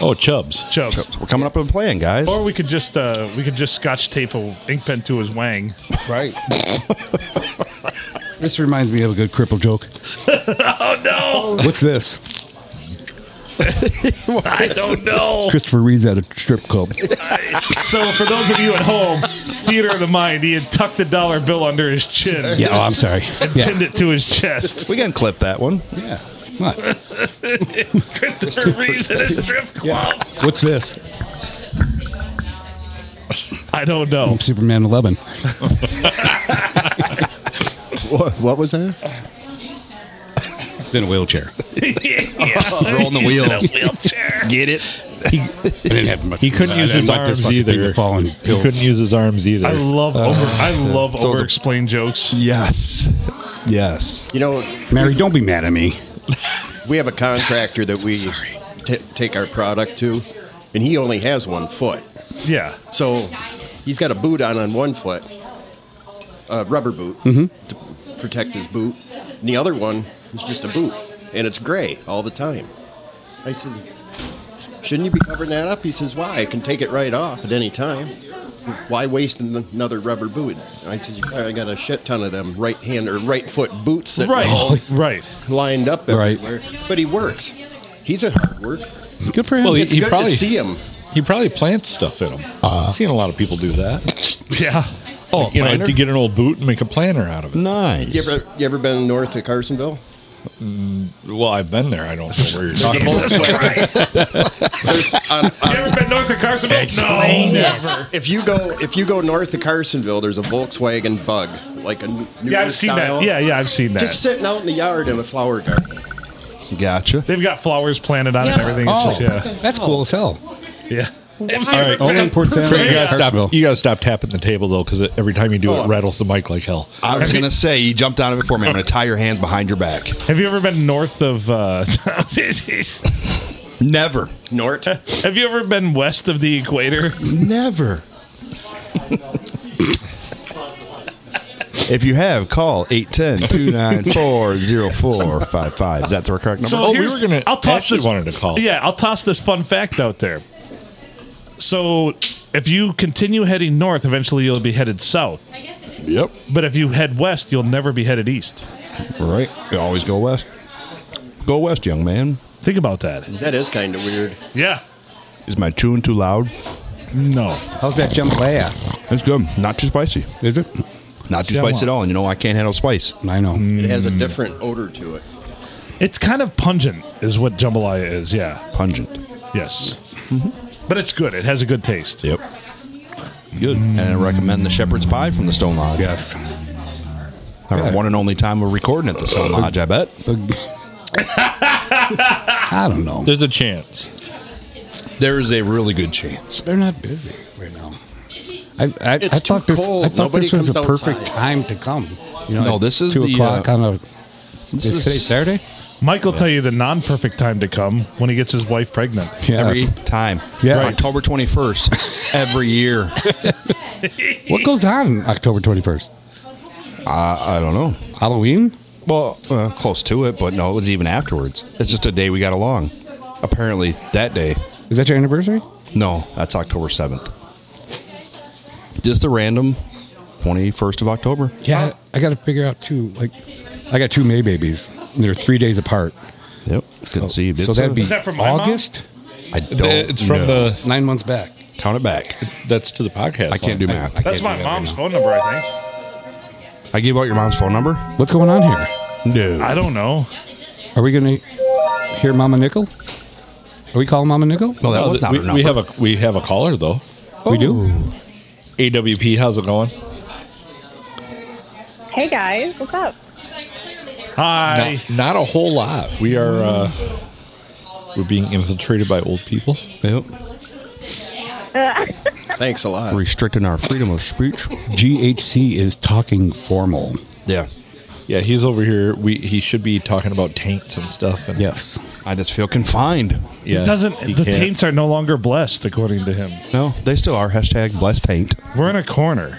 Oh, Chubbs.
Chubbs.
We're coming up with a plan, guys.
Or we could just uh, we could just scotch tape a ink pen to his wang.
Right. this reminds me of a good cripple joke.
Oh no!
What's this?
I don't know.
Christopher Reeves at a strip club.
So for those of you at home, theater of the mind, he had tucked a dollar bill under his chin,
Yeah, oh, I'm sorry.
pinned
Yeah.
it to his chest.
we can clip that one.
yeah. What?
Christopher Reeves in a strip club.
What's this?
I don't know.
Superman 11.
What, what was that?
In a wheelchair.
Rolling the wheels.
Wheelchair.
Get it?
I didn't have much.
He couldn't
I
use
didn't
his
want this
arms
fucking thing to
either.
fall and
He
kill-
couldn't use his arms
I
either.
love over. I love
so it's a-
over explain jokes.
Yes. Yes.
You know,
Mary, don't be mad at me.
we have a contractor that we
Sorry.
t- take our product to, and he only has one foot.
Yeah.
So he's got a boot on on one foot, uh, rubber boot to protect his boot. And the other one is just a boot, and it's gray all the time. I said, shouldn't you be covering that up? He says, why? I can take it right off at any time. Why waste an- another rubber boot? I says, I got a shit ton of them right hand or right foot boots that
Right,
all
right.
lined up
Right.
everywhere. But he works. He's a hard worker.
Good for him.
Well, he,
It's
he
good
probably
to see him.
he probably plants stuff in them. I've seen a lot of people do that.
Yeah.
Oh,
You know,
planter?
to get an old boot and make a planter out of it.
nice.
You ever, you ever been north of Carsonville?
Well, I've been there. I don't know where you're talking about.
On- on-
You ever been north of Carsonville?
Explain
no.
if you go if you go north of Carsonville, there's a Volkswagen Bug, like a n- new
Yeah, I've seen
style.
that. Yeah, yeah, I've seen that.
Just sitting out in the yard in a flower garden.
Gotcha.
They've got flowers planted on it and
Yeah.
everything.
Oh,
It's just,
that's cool as hell. Oh,
yeah. Yeah.
right.
Only in Port Sound.
you gotta
Hartsville.
stop. You gotta stop tapping the table though, because every time you do
Oh.
it, rattles the mic like hell.
I was gonna say you jumped out of it for me. I'm gonna tie your hands behind your back.
Have you ever been north of? Uh, have
Never,
North.
you ever been west of the equator?
never. if you have, call 810-294-0455. Is that the correct number?
So
Oh, we
here's-
were gonna-
I'll toss
Ashley
this,
wanted to call.
Yeah, I'll toss this fun fact out there. So, if you continue heading north, eventually you'll be headed south.
yep.
But if you head west, you'll never be headed east.
Right. You always go west. Go west, young man.
Think about that.
That is kind of weird.
Yeah.
Is my chewing too loud?
No.
How's that jambalaya?
It's good. Not too spicy.
Is it?
Not too
See, I
spicy
want-
at all. And you know I can't handle spice.
I know.
It has a different odor to it.
It's kind of pungent, is what jambalaya is. Yeah.
Pungent.
Yes. But it's good. It has a good taste.
Yep. Good. And I recommend the shepherd's pie from the Stone Lodge.
Yes.
Our
Yeah.
one and only time we're recording at the Stone Lodge, I bet.
I don't know.
There's a chance.
There is a really good chance.
They're not busy right now. I, I, I
It's too
thought this.
cold.
I thought
Nobody
this was a
comes
perfect
outside.
time to come. You know,
No,
at
this is
two
the,
o'clock
uh,
on a.
This
Is today Saturday?
Mike will tell you the non perfect time to come when he gets his wife pregnant.
Yeah.
every time.
Yeah.
Right. October 21st, every year.
what goes on October twenty first?
I, I don't know.
Halloween.
Well, uh, close to it, but no, it was even afterwards. It's just a day we got along. Apparently, that day.
Is that your anniversary?
No, that's October 7th. Just a random 21st of October.
Yeah, I got to figure out too. Like, I got two May babies. and They're three days apart.
Yep. Conceived.
So
It's
that'd
a-
be
that from my mom?
August,
I don't
it's from
know.
the.
nine months back.
Count it back.
That's to the podcast.
I can't do
line.
math.
That's my mom's phone number, I think.
I gave out your mom's phone number?
What's going on here?
No.
I don't know.
Are we going to hear Mama Nickel? Are we calling Mama Nickel?
No, oh, that
No,
was
th-
not
we,
her number.
we have a we have a caller though.
We do.
AWP, how's it going?
Hey guys, what's up?
Hi.
Not, not a whole lot. We are uh, we're being infiltrated by old people.
Yep.
Thanks a lot.
Restricting our freedom of speech.
GHC is talking formal.
Yeah.
Yeah, he's over here. We he should be talking about taints and stuff. And
Yes.
I just feel confined.
yeah,
It doesn't.
he
the
can't.
taints are no longer blessed, according to him.
No, they still are. Hashtag blessed taint.
We're in a corner.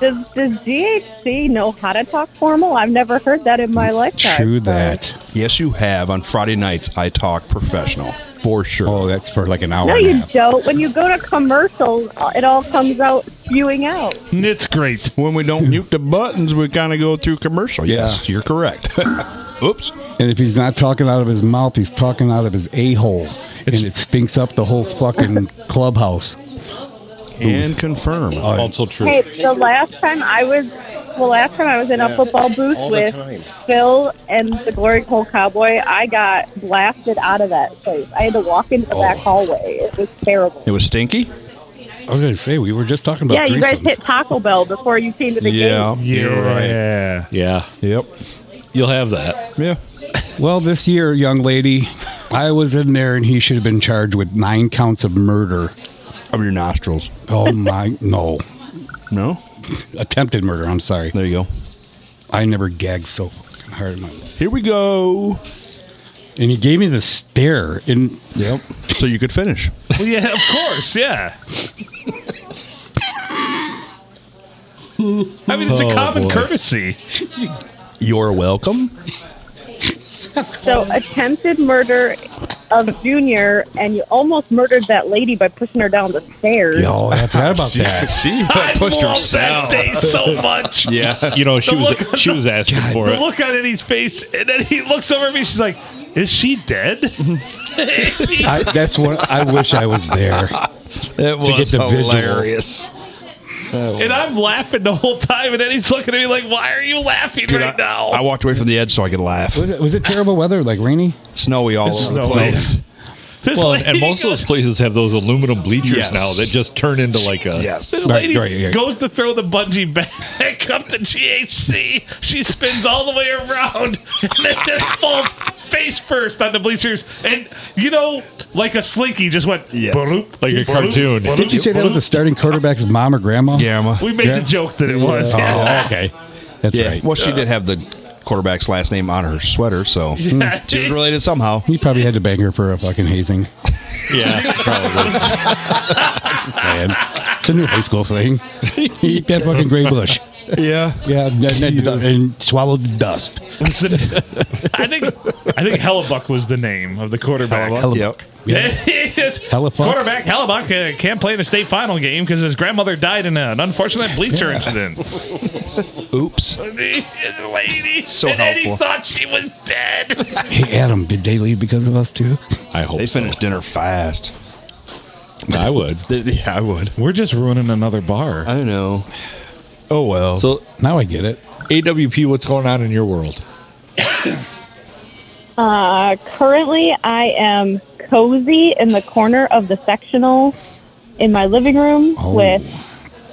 Does, does GHC know how to talk formal? I've never heard that in my lifetime.
True
Sorry.
that.
Yes, you have. On Friday nights, I talk professional. For sure.
Oh, that's for like an hour
No,
and a
you
half.
don't. When you go to commercials, it all comes out spewing out.
It's great.
When we don't mute the buttons, we kind of go through commercial. Yes, you're correct. Oops.
And if he's not talking out of his mouth, he's talking out of his a hole, and it stinks up the whole fucking clubhouse.
And confirm.
Also true.
Hey, the last time I was, the last time I was in a
Yeah,
football booth
all the
with
time.
Phil and the Glory Hole Cowboy, I got blasted out of that place. I had to walk into the back
Oh.
hallway. It was terrible.
It was stinky?
I was going to say we were just talking
Yeah,
about
you guys
threesomes.
hit Taco Bell before you came to the game.
Yeah. You're right.
Yeah.
Yeah,
Yep.
you'll have that.
Yeah.
well, this year, young lady, I was in there, and he should have been charged with nine counts of murder.
Of your nostrils.
Oh my no,
No?
attempted murder. I'm sorry.
There you go.
I never gagged so fucking hard in my life.
Here we go.
And he gave me the stare. And
Yep. So you could finish.
Well, yeah, of course. Yeah. I mean, it's a
Oh,
common
boy.
courtesy.
You're welcome.
So attempted murder of Junior, and you almost murdered that lady by pushing her down the stairs.
Oh, I forgot about
She,
Ah,
that.
she
I
pushed
love that
herself.
day so much.
Yeah, you know she
The
was
look on
she
the-
was asking
God,
for
The
it.
look on Eddie's face, and then he looks over at me. She's like, "Is she dead?"
I, that's one. I wish I was there.
It
get the visual.
and I'm laughing the whole time. And then he's looking at me like, "Why are you laughing
Dude,
right
I,
now?"
I walked away from the edge so I could laugh.
Was it, was it terrible weather, like rainy?
Snowy all over the
snowy.
place.
this
Well,
lady
and most of
goes-
those places have those aluminum bleachers
Yes.
now that just turn into like a
This
Yes.
Right,
lady
right, right.
goes to throw the bungee back up the GHC. She spins all the way around and then just falls face first on the bleachers. And, you know, like a slinky just went
Yes.
bloop,
Like a
bloop,
cartoon.
bloop,
Did you say that was the starting quarterback's mom or grandma?
Gamma.
We made
Yeah.
the joke that it was.
Oh,
Yeah.
okay. That's
Yeah.
right.
Well, she did have the quarterback's last name on her sweater, so
Yeah.
she was related somehow.
He probably had to bang her for a fucking hazing.
yeah. probably.
Just saying. It's a new high school thing. Eat that fucking gray bush.
Yeah.
Yeah, and, and, and swallow the dust.
Listen, I think I think Hellebuck was the name of the quarterback.
Hellebuck. Yep.
Yeah.
Yes.
Hellebuck.
Quarterback Hellebuck uh, can't play in a state final game because his grandmother died in an unfortunate bleacher incident.
Oops.
the lady.
So
and Eddie
helpful.
thought she was dead.
Hey, Adam, did they leave because of us too?
I hope
They finished dinner fast.
So. I would.
They- Yeah, I would.
We're just ruining another bar.
I know. Oh well.
So
Now I get it.
AWP, what's going on in your world?
Uh, currently, I am cozy in the corner of the sectional in my living room
Oh.
with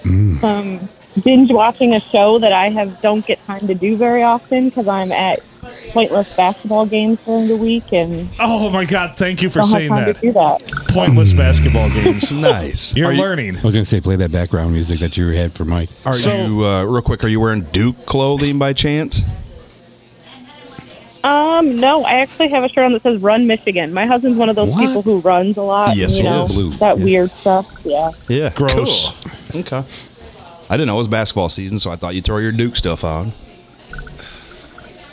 Mm.
some binge watching a show that I have don't get time to do very often because I'm at pointless basketball games during the week and
Oh my God! Thank you for
don't have
saying
time
that.
to do that.
Pointless basketball games.
nice.
You're
are you,
learning.
I was gonna say play that background music that you had for Mike.
Are
So-
you uh, real quick? Are you wearing Duke clothing by chance?
Um, no, I actually have a shirt on that says "Run Michigan." My husband's one of those
What?
people who runs a lot.
Yes,
you
he
know,
is. Blue.
That
Yeah.
weird stuff. Yeah.
Yeah.
Gross.
Cool. Okay. I didn't know it was basketball season, so I thought you'd throw your Duke stuff on.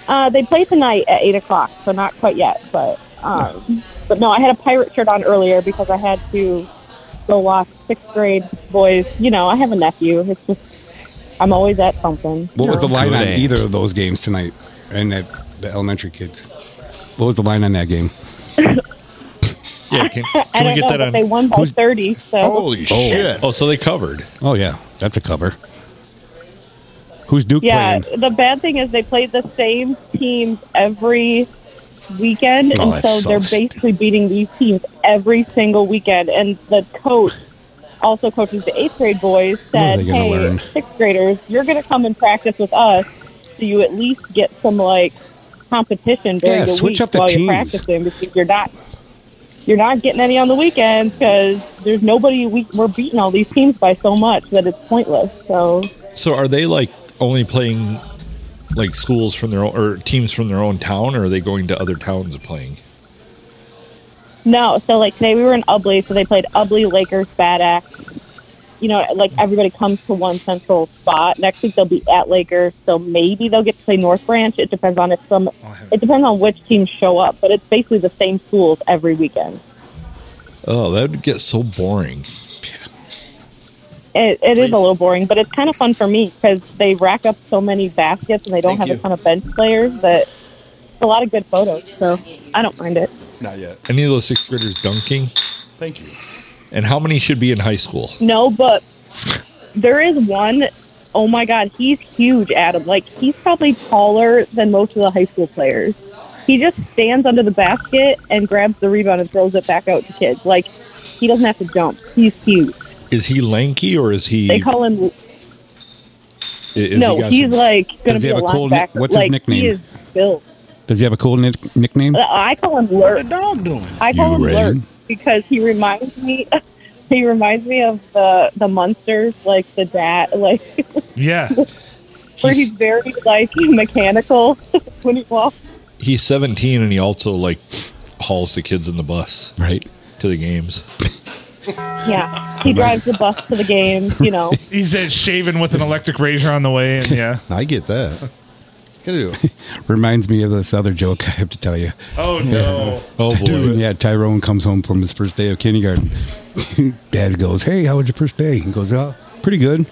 Uh, they play tonight at eight o'clock, so not quite yet. But um, but no, I had a pirate shirt on earlier because I had to go watch sixth grade boys. You know, I have a nephew. It's just I'm always at something.
What was the line
Good
on
aunt.
either of those games tonight? And that, the elementary kids. What was the line on that game?
Yeah, can,
I
can we
don't
get
know,
that
but
on?
they won by
Who's-
thirty. So
Holy shit!
oh, so they covered.
Oh yeah, that's a cover. Who's Duke
Yeah,
playing?
the bad thing is they play the same teams every weekend,
Oh,
and
that's
so,
so
they're basically beating these teams every single weekend. And the coach also coaches the eighth grade boys.
What are
Said,
they gonna
"Hey,
learn?"
sixth graders, you're going to come and practice with us, so you at least get some like competition during
Yeah,
the
switch
week
up the
while
teams.
you're practicing because you're not." You're not getting any on the weekends because there's nobody. We, we're beating all these teams by so much that it's pointless. So
So are they like only playing like schools from their own or teams from their own town, or are they going to other towns and playing?
No, so like today we were in Ubley, so they played Ubley, Lakers, Bad Axe. You know, like everybody comes to one central spot. Next week they'll be at Lakers, so maybe they'll get to play North Branch. It depends on if
Oh,
some. It depends on which teams show up, but it's basically the same schools every weekend.
Oh, that would get so boring.
It, it is a little boring, but it's kind of fun for me because they rack up so many baskets and they don't
Thank
have
you.
a ton of bench players, but it's a lot of good photos. So I don't mind it.
Not yet.
Any of those sixth graders dunking?
Thank you.
And how many should be in high school?
No, but there is one oh my god, he's huge, Adam. Like he's probably taller than most of the high school players. He just stands under the basket and grabs the rebound and throws it back out to kids. Like he doesn't have to jump. He's huge.
Is he lanky or is he?
They call him
is
no.
he got
he's
some-
like gonna
Does he
be a
have a cool
linebacker.
nick- what's his
Like,
nickname?
He is built.
Does he have a cool nick- nickname?
I call him Lurk.
dog doing?
I call
You
him
ready?
Lurk because he reminds me. He reminds me of the the monsters, like the dad, like
Yeah.
where
He's-
he's very like mechanical when he walks.
he's 17 and he also like hauls the kids in the bus
Right.
to the games.
Yeah, he drives the bus to the games. You know,
He's uh, shaving with an electric razor on the way, and yeah.
I get that. oh, Good deal.
Reminds me of this other joke I have to tell you.
Oh no.
Oh boy.
Yeah, Tyrone comes home from his first day of kindergarten. Dad goes, "Hey, how was your first day?" He goes, "Oh, pretty good."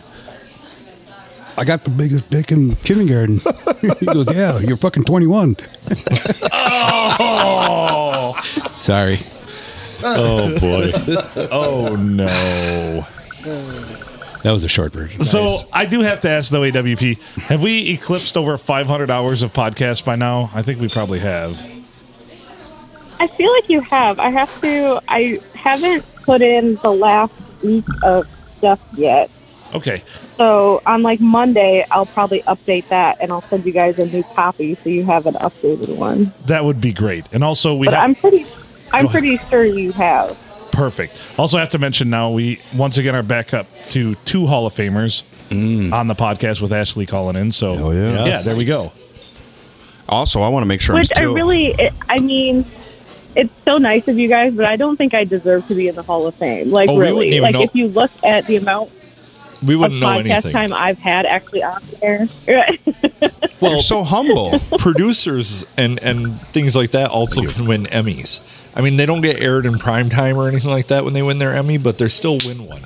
I got the biggest dick in kindergarten. he goes, "Yeah, you're fucking 21."
Oh.
Sorry.
Oh boy.
Oh no.
That was a short version.
So I do have to ask though, AWP, have we eclipsed over 500 hours of podcast by now? I think we probably have.
I feel like you have. I have to. I haven't put in the last week of stuff yet.
Okay.
So on like Monday, I'll probably update that, and I'll send you guys a new copy so you have an updated one.
That would be great. And also we
But
have
I'm pretty. I'm
Go ahead.
pretty sure you have.
perfect. Also have to mention now we once again are back up to two Hall of Famers on the podcast with Ashley calling in. So
Mm. Hell yeah.
yeah, there we go.
Also, I want to make sure I'm
Which I
still.
really, it, I mean, it's so nice of you guys, but I don't think I deserve to be in the Hall of Fame. Like
Oh, we wouldn't
really,
even
like
know-
if you look at the amount
We
of
wouldn't know
podcast
anything.
time I've had actually on there,
Well,
You're so humble.
producers and and things like that also can win Emmys. I mean, they don't get aired in prime time or anything like that when they win their Emmy, but they still win one.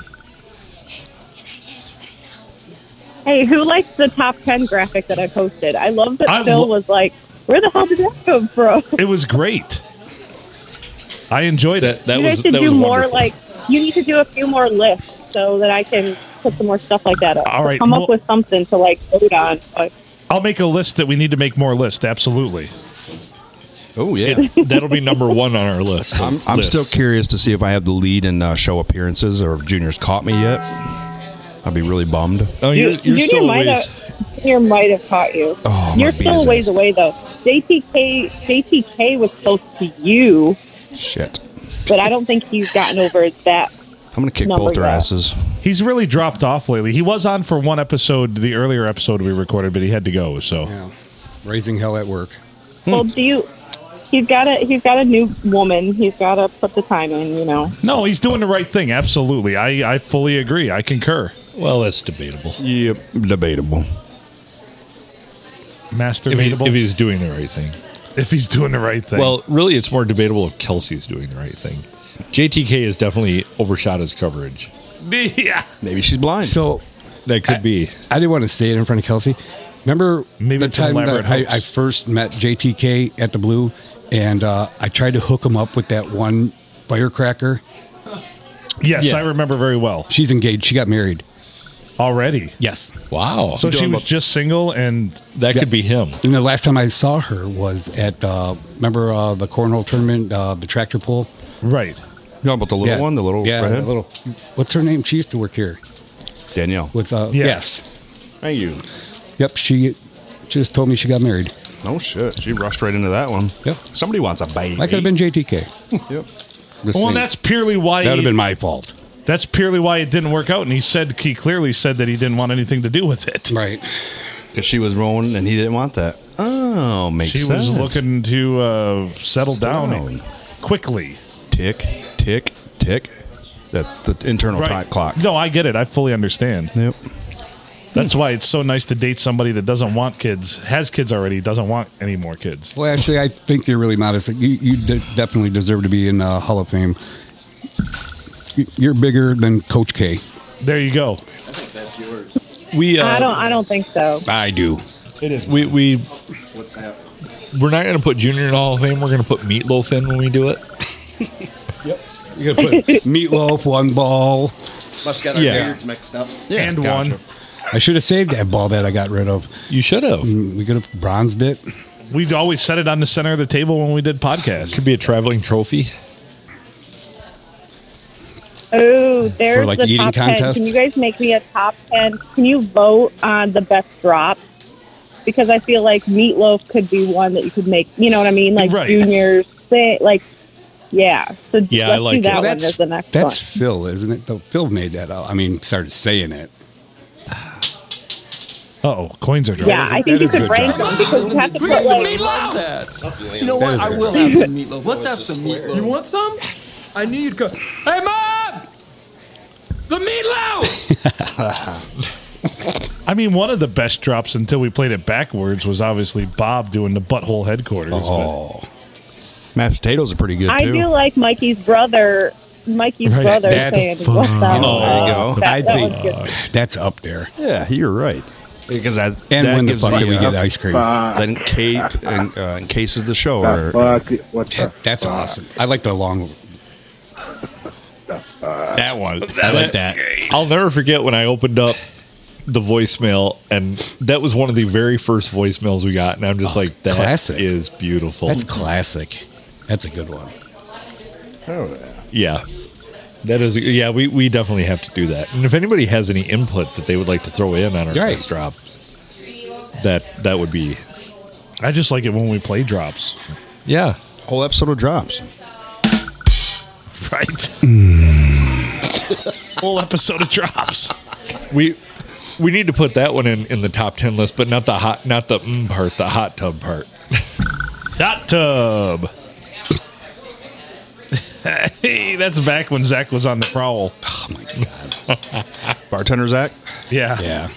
hey, who likes the top ten graphic that I posted? I love that
I
Phil
lo-
was like, "Where the hell did that come from?"
It was great. I enjoyed it.
That that
you guys
was
should
that
do
was
more
wonderful.
like you need to do a few more lists so that I can put some more stuff like that up.
All
So
right,
come
well-
up with something to like vote on. But
I'll make a list that we need to make more lists. Absolutely.
oh yeah.
It- that'll be number one on our list.
I'm, I'm
Lists.
still curious to see if I have the lead in uh, show appearances or if Junior's caught me yet. I'll be really bummed.
Oh, you're,
You- uh,
you're
Junior
still a
might
ways.
have- Junior might have caught you.
Oh, I'm
You're
gonna beat his
still a ways
ass.
away though. JTK JTK was close to you,
Shit.
but I don't think he's gotten over that.
I'm gonna kick
Number
both their
yet.
asses.
He's really dropped off lately. He was on for one episode, the earlier episode we recorded, but he had to go. So
Yeah. Raising hell at work.
Well, do you? He's got a he's got a new woman. He's got to put the time in. You know.
no, he's doing the right thing. Absolutely, I I fully agree. I concur.
Well, that's debatable.
Yep. Debatable.
Master
If, he,
if,
if he's doing the right thing.
he's doing the right thing.
Well, really, it's more debatable if Kelsey's doing the right thing. JTK has definitely overshot his coverage.
yeah.
Maybe she's blind.
So
That could be.
I didn't want to say it in front of Kelsey. Remember
Maybe
the
it's an
time that
elaborate
I,
hoax.
I first met JTK at the Blue, and uh, I tried to hook him up with that one firecracker.
Yes,
Yeah.
I remember very well
She's engaged. She got married.
already.
Yes.
Wow.
So she
doing
was
what-
just single, and
that could be him.
And the last time I saw her was at uh, remember uh, the cornhole tournament, uh, the tractor pull.
right.
you talking about the little one, the little
yeah,
redhead?
the little. What's her name? She used to work here
Danielle.
with. Uh,
Yes.
Thank you.
yes. Yep. She just told me she got married.
Oh shit. She rushed right into that one.
Yep.
Somebody wants a baby.
That could have been JTK.
Yep.
Just
Well,
saying.
and that's purely why
that would have
he-
been my fault.
that's purely why it didn't work out. And he said he clearly said that he didn't want anything to do with it.
Right.
Because she was rolling and he didn't want that. Oh, makes
She
sense.
was looking to uh, settle down,
down.
quickly.
tick, tick, tick. That the internal ti- clock.
No, I get it. I fully understand.
Yep.
That's why it's so nice to date somebody that doesn't want kids, has kids already, doesn't want any more kids.
Well, actually, I think you're really modest. You, you de- definitely deserve to be in uh, Hall of Fame. You- You're bigger than Coach K.
There you go.
That's yours.
We uh,
I don't I don't think so.
I do.
It is.
we we
What's that?
we're not going to put Junior in the Hall of Fame. We're going to put Meatloaf in when we do it.
You're gonna put meatloaf one ball.
Must got our
Yeah.
beards mixed up.
and one.
I should have saved that ball that I got rid of.
You should have.
Mm.
We could have bronzed it.
We'd always set it on the center of the table when we did podcasts.
Could be a traveling trophy.
Oh, there's
For, like,
the
eating
top ten.
contest?
Can you guys make me a top ten? Can you vote on the best drop? Because I feel like meatloaf could be one that you could make. You know what I mean? Like
Right.
juniors, say, like yeah. So
Yeah, I like
let's do
it.
that
Well,
one as the next
that's
one.
Phil, isn't it? Though Phil made that up. I mean, started saying it.
Oh, coins are dry.
Yeah, I think
that
you
is a
could
good
rank
job.
them because you have to put
Bring some
like
meatloaf. You know
That
what?
is
I
good.
will have some meatloaf. Let's have some meatloaf. You want some? I knew you'd go. Hey, mom! The meatloaf!
I mean, one of the best drops until we played it backwards was obviously Bob doing the butthole headquarters.
Oh,
Mashed potatoes are pretty good
I
too.
do like Mikey's brother. Mikey's
Right,
brother
that's
saying,
fun.
"What's up?"
Oh, there you go.
Uh, That,
I
that
think
was good.
that's up there.
Yeah, you're right. Because that,
And
that
when the
gives
fuck did we
uh,
get ice cream?
Then Kate and, uh, encases the show. Or,
Fuck it. What the?
That's awesome. I like the long. That one. I like that.
I'll never forget when I opened up the voicemail, and that was one of the very first voicemails we got. And I'm just like, that is
Oh, classic.
beautiful.
That's classic. That's a good one.
yeah. That is, yeah, we, we definitely have to do that. And if anybody has any input that they would like to throw in on our
Right.
best drops, that that would be,
I just like it when we play drops.
yeah.
whole episode of drops.
Right.
Mm.
Whole episode of drops.
We we need to put that one in, in the top 10 list, but not the hot, not the mm part, the hot tub part.
Hot tub. hey, that's back when Zach was on the prowl.
Bartender Zach.
Yeah.
Yeah.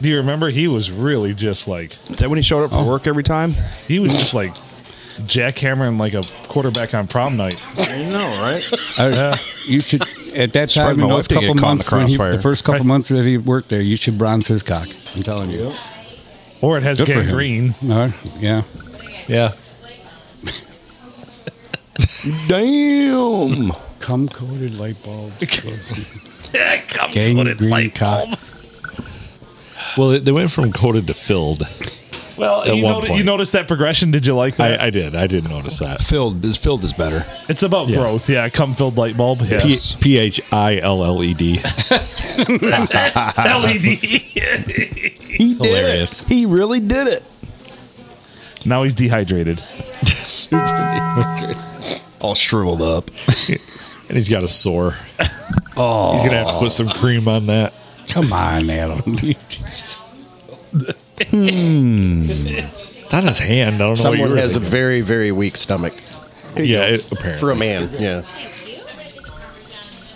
Do you remember? He was really just like
Is that when he showed up for work every time?
he was just like jackhammering like a quarterback on prom night.
No, right?
I- Uh, you should at that
Surprised
time. You
my
know,
wife
it's
didn't
couple
get caught in
months.
the
when he,
crossfire.
the first couple
Right.
months that he worked there, you should bronze his cock. I'm telling you.
Or it has
Good for him.
gangrene.
All right. Yeah.
Yeah.
Damn.
Cum coated light bulb.
Come
Gangrene cock.
Well, they- they went from coated to filled.
Well,
At
you,
one
noti-
point.
you noticed that progression. Did you like that?
I, I did. I did notice that.
Filled is filled is better.
it's about
Yeah.
growth. Yeah, cum filled light bulb.
P-
Yes.
P H I L L E D.
E LED.
He did
Hilarious.
it. He really did it.
now he's dehydrated.
All shriveled up.
And he's got a sore. Oh. He's going to have to put some cream on that.
Come on, Adam.
It's on his hand. I don't know what Oh, you
Someone
were
has a
thinking.
very, very weak stomach
Yeah, it, apparently.
for a man. Yeah.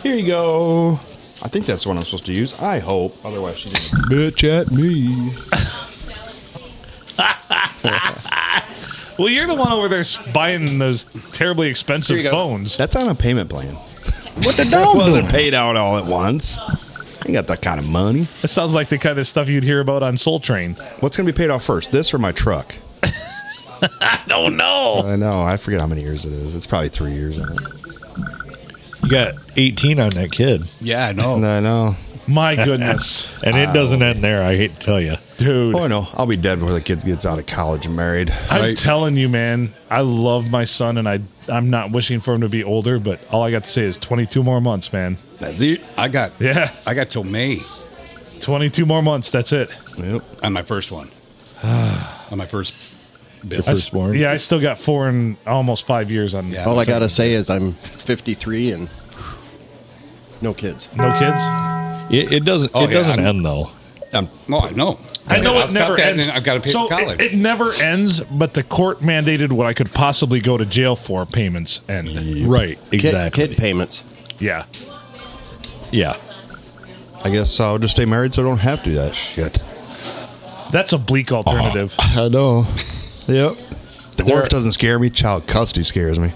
Here you go. I think that's the one I'm supposed to use. I hope. Otherwise, she's gonna bitch at me.
Well, you're the one over there s- buying those terribly expensive
Here you go.
phones.
That's on a payment plan. What the dog wasn't paid out all at once. I ain't got that kind of money.
That sounds like the kind of stuff you'd hear about on Soul Train.
What's gonna be paid off first, this or my truck?
I don't know.
I know. I forget how many years it is. It's probably three years. I think.
You got 18 on that kid.
yeah, I know.
And I know.
My goodness,
And it doesn't end there. I hate to tell you.
dude!
Oh, I know. I'll be dead before the kid gets out of college and married.
I'm
Right.
telling you, man. I love my son, and I I'm not wishing for him to be older, but all I got to say is 22 more months, man.
That's it.
I got.
Yeah,
I got till May
22 more months. That's it.
Yep.
on my first one. on my first. Bill.
I s-
Firstborn.
Yeah, I still got four and almost five years on.
Yeah.
All I gotta say is I'm 53 and no kids.
No kids.
It, it doesn't,
Oh,
it
yeah,
doesn't
I'm-
end, though.
No, I know.
I know
I'll
it
stop
never
that and
ends.
then I've got to pay
so
for college.
It, it never ends, but the court mandated what I could possibly go to jail for payments end.
Right.
Kid,
Exactly.
kid payments.
Yeah.
Yeah.
I guess I'll just stay married so I don't have to do that shit.
That's a bleak alternative.
I know. Yep.
There-
Divorce doesn't scare me. Child custody scares me.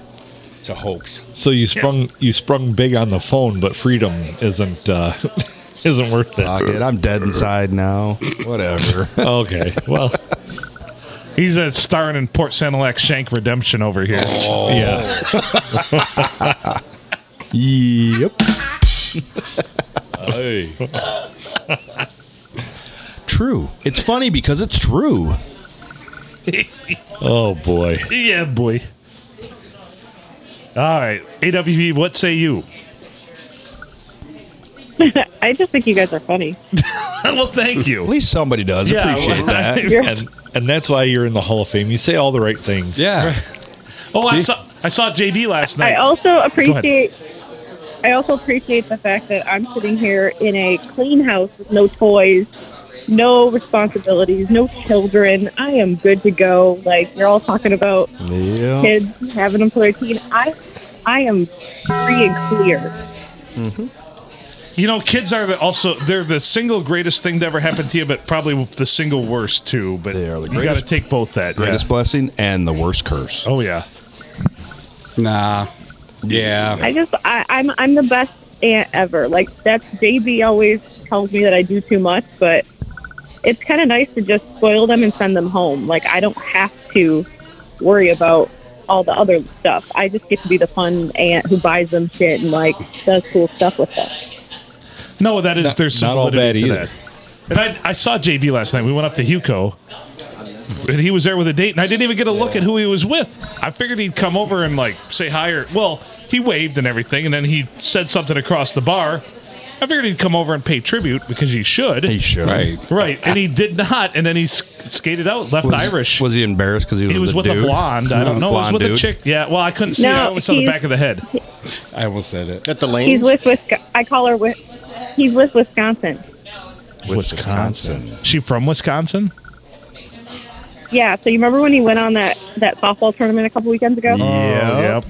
it's a hoax.
So you sprung you sprung big on the phone, but freedom isn't uh, isn't worth it.
Fuck it. I'm dead inside now. Whatever.
Okay. Well,
He's uh, starring in Port Sanilac Shank Redemption over here.
yeah.
yep. True. It's funny because it's true.
Oh boy.
Yeah, boy. All right, AWP, what say you?
I just think you guys are funny.
well, thank
At
you.
least somebody does
Yeah, well,
appreciate that.
You're-
And and that's why you're in the Hall of Fame. You say all the right things.
Yeah.
Oh, I saw I saw JB last
I
night.
also appreciate. I also appreciate the fact that I'm sitting here in a clean house with no toys, no responsibilities, no children. I am good to go. Like you're all talking about
Yeah.
kids having them for their teen. I, I am free and clear.
You know, kids are the, also they're the single greatest thing to ever happen to you, but probably the single worst too. But
They are the
you got to
greatest-
take both that. yeah.
Greatest blessing and the worst curse.
Oh yeah.
Nah. Yeah.
I just I, I'm I'm the best aunt ever. Like that's JB always tells me that I do too much, but it's kind of nice to just spoil them and send them home. Like I don't have to worry about all the other stuff. I just get to be the fun aunt who buys them shit and like does cool stuff with them.
No, that is
Not-
there's some
not all
validity
bad
to
either.
that. And I, I saw JB last night. We went up to Huco, and he was there with a date, and I didn't even get a look at who he was with. I figured he'd come over and like say hi or well, he waved and everything, and then he said something across the bar. I figured he'd come over and pay tribute because he should.
He should.
Right.
Right, and he did not, and then he sk- skated out, left
Was,
Irish.
Was he embarrassed because he was,
he was
with
with
dude?
a blonde. I don't know. He was
Blonde
with a
dude?
chick. Yeah. Well, I couldn't see.
No,
it. I always saw the
he's-
back of the head.
I almost said it.
At the lanes.
He's with Wisconsin. I call her with. He's with Wisconsin.
Wisconsin.
She from Wisconsin?
Yeah. So you remember when he went on that that softball tournament a couple weekends ago?
Yeah.
Yep.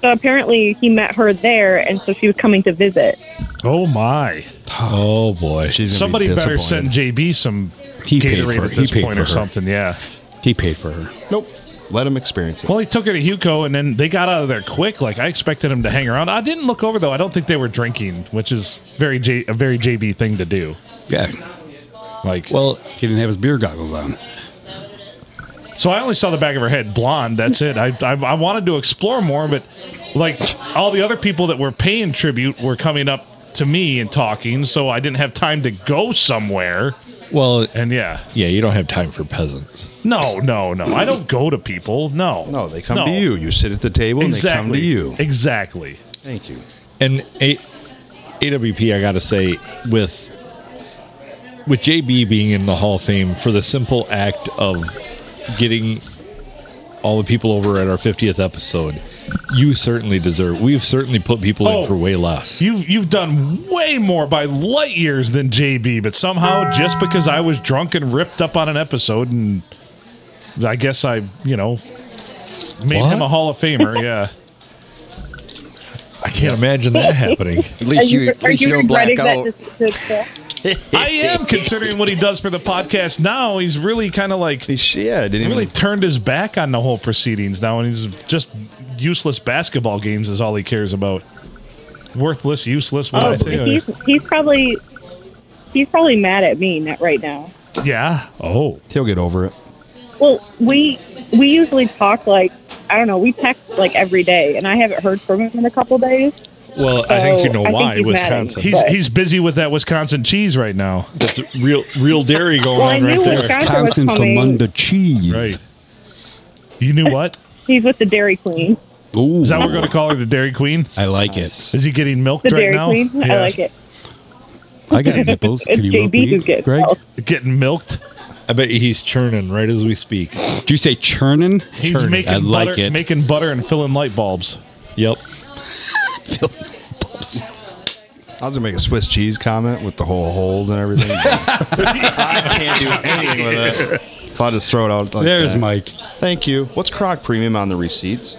So apparently he met her there, and so she was coming to visit.
Oh my!
Oh boy.
She's gonna be
Somebody better send
disappointed.
JB some
He paid
Gatorade
for-
at
he
this
paid
point
for
or
her.
something. Yeah.
He paid for her.
Nope. Let him experience it.
Well, he took her to Huco, and then they got out of there quick. Like I expected him to hang around. I didn't look over though. I don't think they were drinking, which is very J- a very JB thing to do.
Yeah.
Like,
Well, he didn't have his beer goggles on.
so I only saw the back of her head, blonde. That's it. I, I I wanted to explore more, but like all the other people that were paying tribute were coming up to me and talking, so I didn't have time to go somewhere.
Well,
And yeah,
yeah, you don't have time for peasants.
no, no, no. I don't go to people. No,
No, they come to you. You sit at the table and
Exactly.
they come to you.
Exactly.
Thank you.
And A- AWP, I got to say, with with JB being in the Hall of Fame for the simple act of getting all the people over at our 50th episode, you certainly deserve. We've certainly put people
Oh.
in for way less.
You've you've done way more by light years than JB, but somehow just because I was drunk and ripped up on an episode, and I guess I you know made him
What?
a Hall of Famer. yeah,
I can't imagine that happening.
At least you, at least you don't black out.
I am considering what he does for the podcast now. He's really kind of like he
Yeah, I didn't
really
even.
turned his back on the whole proceedings now, and he's just useless basketball games is all he cares about. Worthless, useless. What
Oh,
I say?
he's, he's probably he's probably mad at me not right now.
Yeah. Oh.
He'll get over it.
Well, we we usually talk like I don't know. We text like every day, and I haven't heard from him in a couple days.
Well, I think you
So,
know
Oh, I think
why
he's mad at
Wisconsin.
He's he's busy with that Wisconsin cheese right now.
That's real real dairy going
Well, I
on right
knew
there.
Wisconsin-
Wisconsin
was
from
coming.
under cheese.
You knew what?
He's with the Dairy Queen.
Ooh.
Is that what we're going to call her? The Dairy Queen?
I like it.
Is he getting milked
The
right
Dairy
now?
Queen. I
Yeah.
like it.
I got nipples.
It's
Can you milk
JB who
me,
gets
Greg?
out.
Getting milked.
I bet you he's churning right as we speak.
Do you say churning?
He's
Churning.
making
I like
butter,
it.
making butter and filling light bulbs.
Yep.
I was gonna make a Swiss cheese comment with the whole hold and everything. I can't do anything with it, so I just throw it out. Like
There's
that.
Mike.
Thank you. What's Croc Premium on the receipts?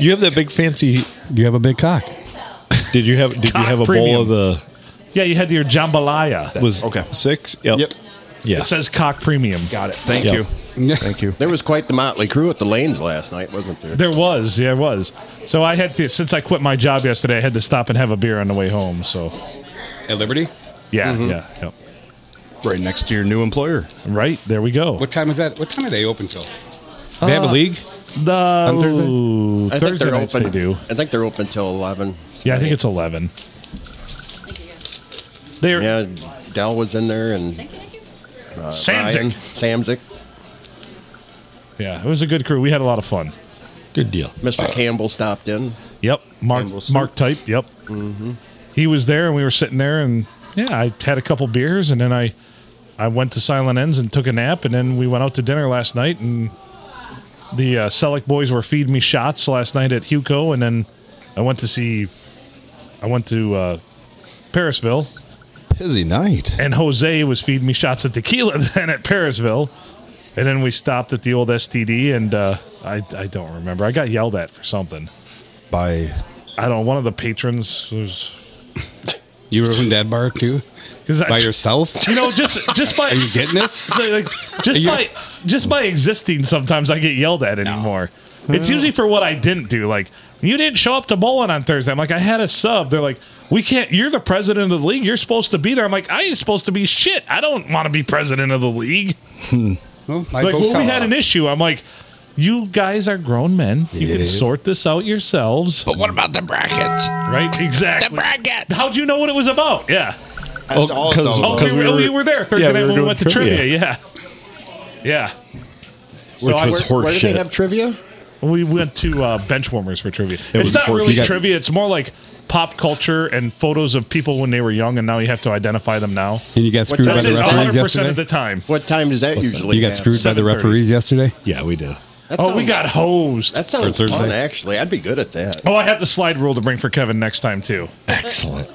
You have that big fancy.
You have a big cock.
Did you have? Did you
Cock
have a
premium.
bowl of the?
Yeah, you had your jambalaya. It
Was
Okay.
six? Yep.
Yep.
Yeah.
says cock premium.
Got it. Thank
Yeah.
you. Thank you.
There was quite the motley crew at the lanes last night, wasn't there?
There was, yeah, there was. So I had to, since I quit my job yesterday, I had to stop and have a beer on the way home. So
At Liberty?
yeah, yeah, yeah.
Right next to your new employer.
Right there we go.
What time is that? What time are they open till? Uh, they have a league?
the on
Thursday?
I think
Thursday
they're
nights
open.
they do.
I think they're open till eleven.
Yeah, I think it's eleven. They're
Yeah, Dell was in there and Ryan,
Samsic.
Samzik,
Yeah, it was a good crew. We had a lot of fun.
Good deal.
Mr. Campbell stopped in.
Yep, Mark
Campbell Soup.
Mark Type. Yep, he was there, and we were sitting there, and yeah, I had a couple beers, and then I I went to Silent Ends and took a nap, and then we went out to dinner last night, and the uh, Selleck boys were feeding me shots last night at Huco, and then I went to see I went to uh, Parisville,
Busy night.
and Jose was feeding me shots of tequila then at Parisville. And then we stopped at the old STD, and uh, I, I don't remember. I got yelled at for something.
By
I don't. One of the patrons was
You were from dad bar too?
'Cause I-
By yourself?
You know, just just by
Are you getting this?
like, just
you-
by just by existing, sometimes I get yelled at anymore. It's usually for what I didn't do. Like you didn't show up to bowling on Thursday. I'm like, I had a sub. They're like, we can't. You're the president of the league. You're supposed to be there. I'm like, I ain't supposed to be shit. I don't want to be president of the league.
Hmm. Well, I
Like
vote
when we
Kyle.
had an issue, I'm like, you guys are grown men. You can sort this out yourselves.
But what about the brackets?
Right? Exactly.
brackets.
How'd you know what it was about? Yeah.
That's all it's all
Oh,
about.
we,
'Cause
were,
we were-
we were there Thursday
yeah,
night
we were
when we
doing
went to trivia.
trivia.
Yeah, yeah.
Which
I-
was
where-
Where do they
horseshit.
have trivia?
We went to uh, bench warmers for trivia. it's
was
not
horse-
really
you got-
trivia. It's more like pop culture and photos of people when they were young, and now you have to identify them now.
And you got screwed by
That's it,
the
Remember
100
referees
percent of the
yesterday?
time.
What time does that usually?
You got
have?
screwed by the
7:30.
referees yesterday?
yeah, we did.
That
Oh,
sounds-
we got hosed.
That sounds
Or
fun.
Thursday.
Actually, I'd be good at that.
Oh, I have the slide rule to bring for Kevin next time too.
Excellent.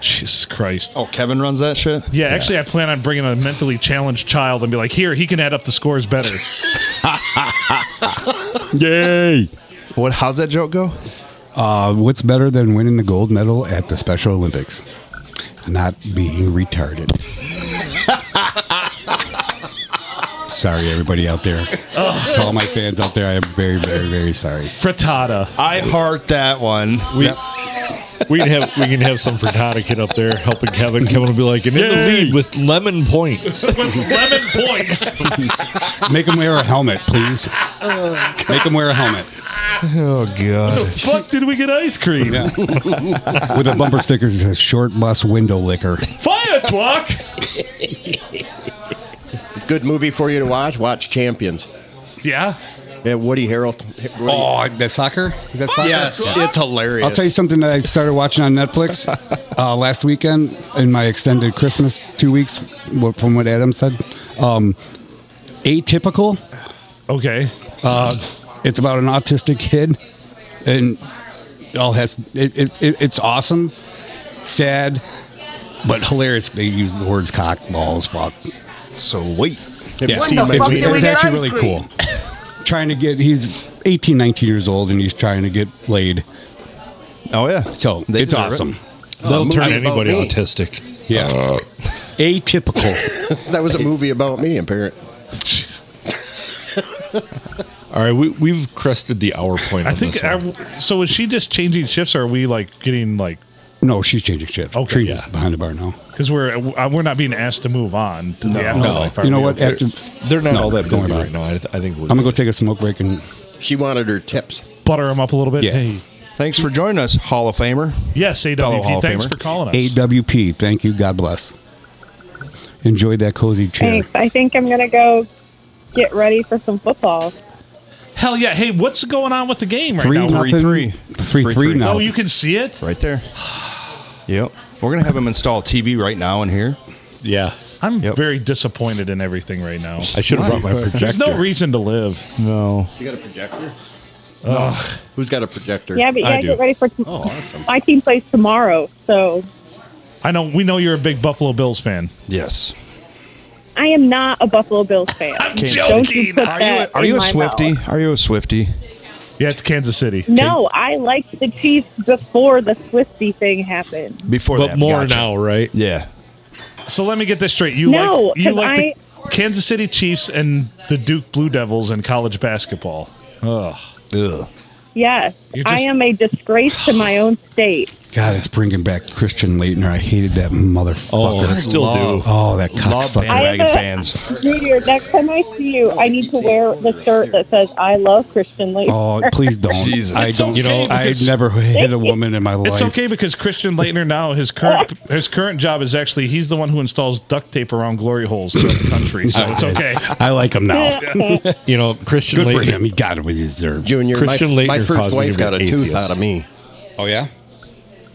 Jesus Christ.
Oh, Kevin runs that shit.
Yeah, actually, I plan on bringing a mentally challenged child and be like, here, he can add up the scores better.
Yay!
What? How's that joke go?
Uh, what's better than winning the gold medal at the Special Olympics? Not being retarded. sorry, everybody out there. To all my fans out there, I am very, very, very sorry.
Frittata.
I heart that one.
We we can have we can have some frittata kid up there helping Kevin. Kevin will be like, and in the
Yay.
lead with lemon points.
With 11 points.
Make them wear a helmet, please. Make them wear a helmet.
Oh god.
Fuck, did we get ice cream?
Yeah. With a bumper sticker that says "Short Bus Window Liquor."
Fire truck.
Good movie for you to watch. Watch Champions.
Yeah.
Yeah, Woody Harrel. Woody-
Oh, that soccer? Is that soccer?
Yes, it's hilarious.
I'll tell you something that I started watching on Netflix uh, last weekend in my extended Christmas two weeks wh- from what Adam said. Um, atypical.
Okay.
It's about an autistic kid, and it all has it, it, it, it's awesome, sad, but hilarious. They use the words cock, balls, fuck.
Sweet.
Yeah,
When the fuck
it's,
do we
it's
get
actually
ice
really
cream?
cool. trying to get he's 18, 19 years old, and he's trying to get laid.
Oh yeah.
So
They
it's
deserve it.
awesome.
That'll turn
movie about
anybody
me.
autistic.
Yeah, atypical.
that was a movie about me, apparently.
All right, we, we've crested the hour point.
I
on
think.
this one.
I, so is she just changing shifts, or are we like getting like
No, she's changing shifts.
Okay,
Trina's
yeah.
behind the bar now.
because we're uh, we're not being asked to move on to the afterlife? are
you know
we?
what?
Okay.
After,
they're not
No,
all that
don't worry
busy
about
right
it.
now. I, th- I think we'll
I'm gonna go take a smoke break and
She wanted her tips.
Butter him up a little bit.
Yeah.
Hey.
Thanks for joining us, Hall of Famer.
Yes,
Fellow Hall
AWP.
of
Thanks
Famer.
for calling us.
AWP. Thank you. God bless. Enjoy that cozy chair.
Thanks. I think I'm gonna go get ready for some football.
Hell yeah! Hey, what's going on with the game right
Three
now?
three,
nothing.
three.
Three,
Three,
three
three.
now.
Oh, you can see it.
Right there. Yep. We're gonna have him install a TV right now in here.
Yeah,
I'm
Yep.
very disappointed in everything right now.
I should have brought my projector.
There's no reason to live.
No.
You got a projector? Who's got a projector?
Yeah, but
I
yeah,
do.
get ready for. T-
Oh, awesome.
My team plays tomorrow, so
I know. We know you're a big Buffalo Bills fan.
Yes.
I am not a Buffalo Bills fan.
I'm
Kansas City.
Don't you
joking.
put
Are you a,
that
are
in
you a
my
Swifty?
mouth.
Are you a Swifty?
Yeah, it's Kansas City.
No, I liked the Chiefs before the Swifty thing happened.
Before
but
that,
more
gotcha.
now, right?
Yeah.
So let me get this straight. You
No,
like you
'cause
like the Kansas City Chiefs and the Duke Blue Devils in college basketball. Ugh.
Ugh.
Yes,
You're
I
just-
am a disgrace to my own state.
God, it's bringing back Christian Leitner. I hated that
Oh, I
motherfucker.
still
Love.
do.
Oh, that
Love
cocksucker.
bandwagon
I have a-
fans.
Meteor, next time I see you, I need to wear the shirt that says "I love Christian Lee."
Oh, please don't.
Jesus.
I
It's
don't. You
okay
know, I
because-
never hit a woman in my life.
It's okay because Christian Leitner now his current his current job is actually he's the one who installs duct tape around glory holes throughout the country. So it's okay.
I like him now.
You know, Christian
Good for
Leitner-
him. He got it with his deserved.
Junior, my-
Christian
my,
Leitner caused me
first
to
wife
be
got a
an
tooth
atheist.
out of me.
Oh yeah.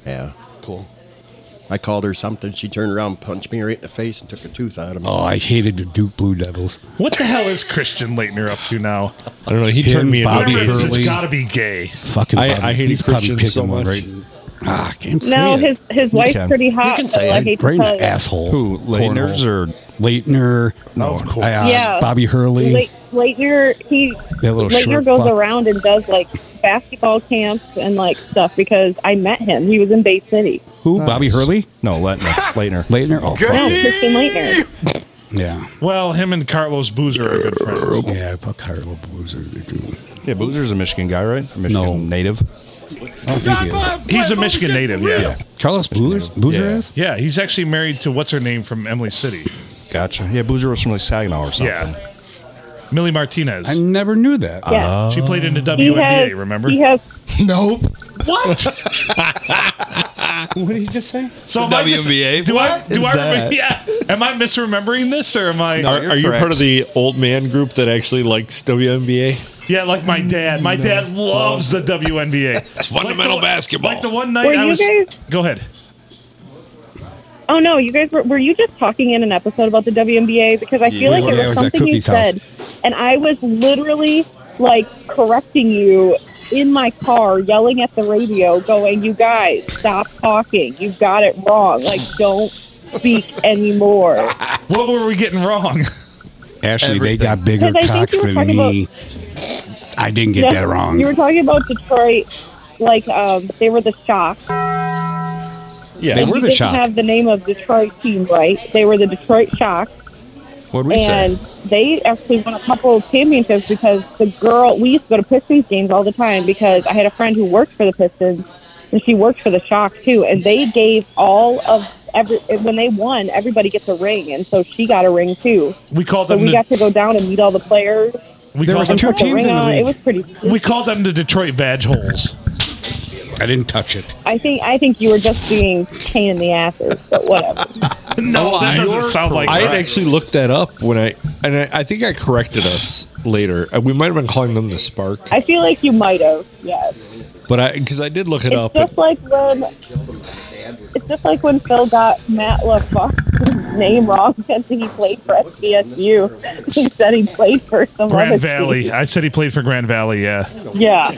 Yeah.
Cool.
I called her something. She turned around, punched me right in the face, and took a tooth out of me.
Oh, I hated the Duke Blue Devils.
What the hell is Christian Leitner up to now?
I don't know. He
Him,
turned me into
Bobby
an
Whatever it
atheist.
is, it's
Hurley.
got to be gay.
Fucking.
I-
Bobby-
I hated
he's probably
Christian
kicking
so
one
much.
right
Ah, I can't say
No,
it.
his his wife's
can.
pretty hot.
You can say
so I
it.
hate
Great
to tell you.
asshole.
Who? Leitners or
Leitner, no,
of course.
I, uh,
Yeah.
Bobby Hurley.
Late, Leitner he
That little
Leitner
short
goes
fuck.
around and does like basketball camps and like stuff because I met him. He was in Bay City.
Who? Bobby Hurley?
No, Leitner. Leitner.
Leitner? Oh, fuck.
No, Christian Leitner.
yeah.
Well, him and Carlos Boozer are good friends.
Yeah, fuck Carlo Boozer. They do.
Yeah, Boozer's a Michigan guy, right? A Michigan
No.
native.
I don't think he is.
He's a Michigan native. Yeah.
Carlos Boozer, Boozer
Yeah.
is?
Yeah, he's actually married to what's her name from Emily City.
Gotcha. Yeah, Boozer was from like Saginaw or something.
Yeah. Millie Martinez.
I never knew that.
Yeah.
she played
Oh.
in the
he
WNBA,
has,
remember?
He has
Nope.
What did he just say?
so am I just-
WNBA?
do I
What
do
is
I remember
that?
yeah. Am I misremembering this or am I
Are,
you're
are you
correct.
part of the old man group that actually likes WNBA?
Yeah, like my
Mm-hmm.
dad. My dad loves the WNBA. It's
fundamental basketball.
Like the one night
Were
I
you
was
guys-
Go ahead.
Oh no, you guys were, were you just talking in an episode about the WNBA because I feel like
Yeah,
it was,
it was at
something you
Cookie's house.
said, and I was literally like correcting you in my car, yelling at the radio, going, "You guys, stop talking! You got it wrong! Like, don't speak anymore."
What were we getting wrong?
Ashley, they
Everything.
got bigger
'Cause I think
cocks
you were
than
talking
me. I didn't get
Yeah,
that wrong.
You were talking about Detroit, like um, they were the shock.
Yeah.
They
You
were the
didn't
shock.
have the name of Detroit team right. They were the Detroit Shock.
What'd we say?
and they actually won a couple of championships because the girl we used to go to Pistons games all the time because I had a friend who worked for the Pistons and she worked for the Shock too, and they gave all of every when they won, everybody gets a ring, and so she got a ring too.
We called
So
them
we
the,
got to go down and meet all the players.
we
There
called
was
them,
two
put
teams
ring
in the
on.
league.
It was pretty.
we called them the Detroit badge holes.
I didn't touch it.
I think I think you were just being pain in the asses, but whatever.
No, that doesn't sound like
Oh, I had
that.
actually looked that up when I, and I, I think I corrected us later. Uh, We might have been calling them the Spark,
I feel like you might have. Yeah.
but I, because I did look it
It's
up.
just like when it's just like when Phil got Matt LaFox's name wrong because he played for SBSU. He said he played for some other
Grand
team.
Valley. I said he played for Grand Valley. Yeah,
Yeah,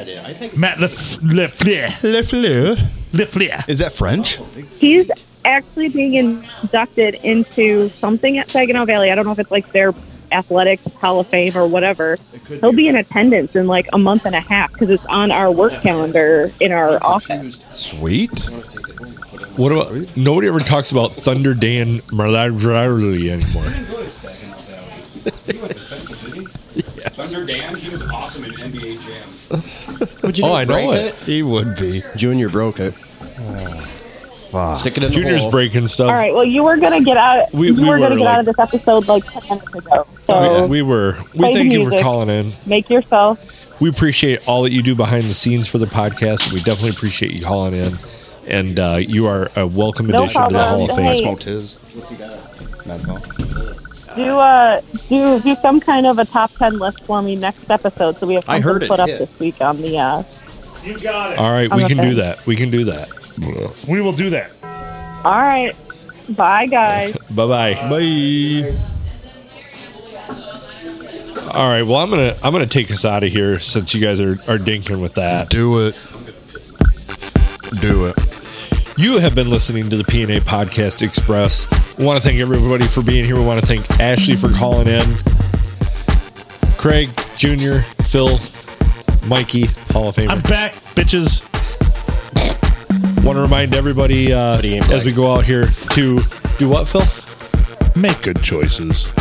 Matt Lef- Lefleur.
Le Fleur.
Lefleur.
Is that French?
he's actually being inducted into something at Saginaw Valley. I don't know if it's like their athletics hall of fame or whatever. He'll be in attendance in like a month and a half because it's on our work calendar in our office.
Sweet.
What about nobody ever talks about Thunder Dan Marlarly anymore?
Thunder Dan, he was awesome in NBA Jam.
Would you
Oh, I know
break
it.
He would be.
Junior broke it.
Fuck.
Stick it in the
Junior's
hole.
breaking stuff.
All right. Well, you were gonna get out.
We-
you
we
were,
were,
gonna get out of
like-
this episode like ten minutes ago. So
Oh, yeah, we were. We
Play the
thank you for
music.
calling in.
make yourself
We appreciate all that you do behind the scenes for the podcast. We definitely appreciate you calling in, and uh, you are a welcome
No
addition to the
problem.
Hall of Fame.
Hey.
Smoked his. Not at all.
do uh do do some kind of a top ten list for me next episode so we have
I
something
heard it
put up
hit.
this week on the uh
You got it.
All right,
I'm
we
a
can
fan.
do that. We can do that.
We will do that.
all right. Bye guys.
Bye bye.
Bye.
All right. Well, I'm gonna I'm gonna take us out of here since you guys are are dinking with that.
Do it. Do it.
You have been listening to the PNA Podcast Express. We want to thank everybody for being here. We want to thank Ashley for calling in. Craig Jr., Phil, Mikey, Hall of Famer.
I'm back, bitches.
want to remind everybody uh,
ain't
as we go out here to do what, Phil?
Make good choices.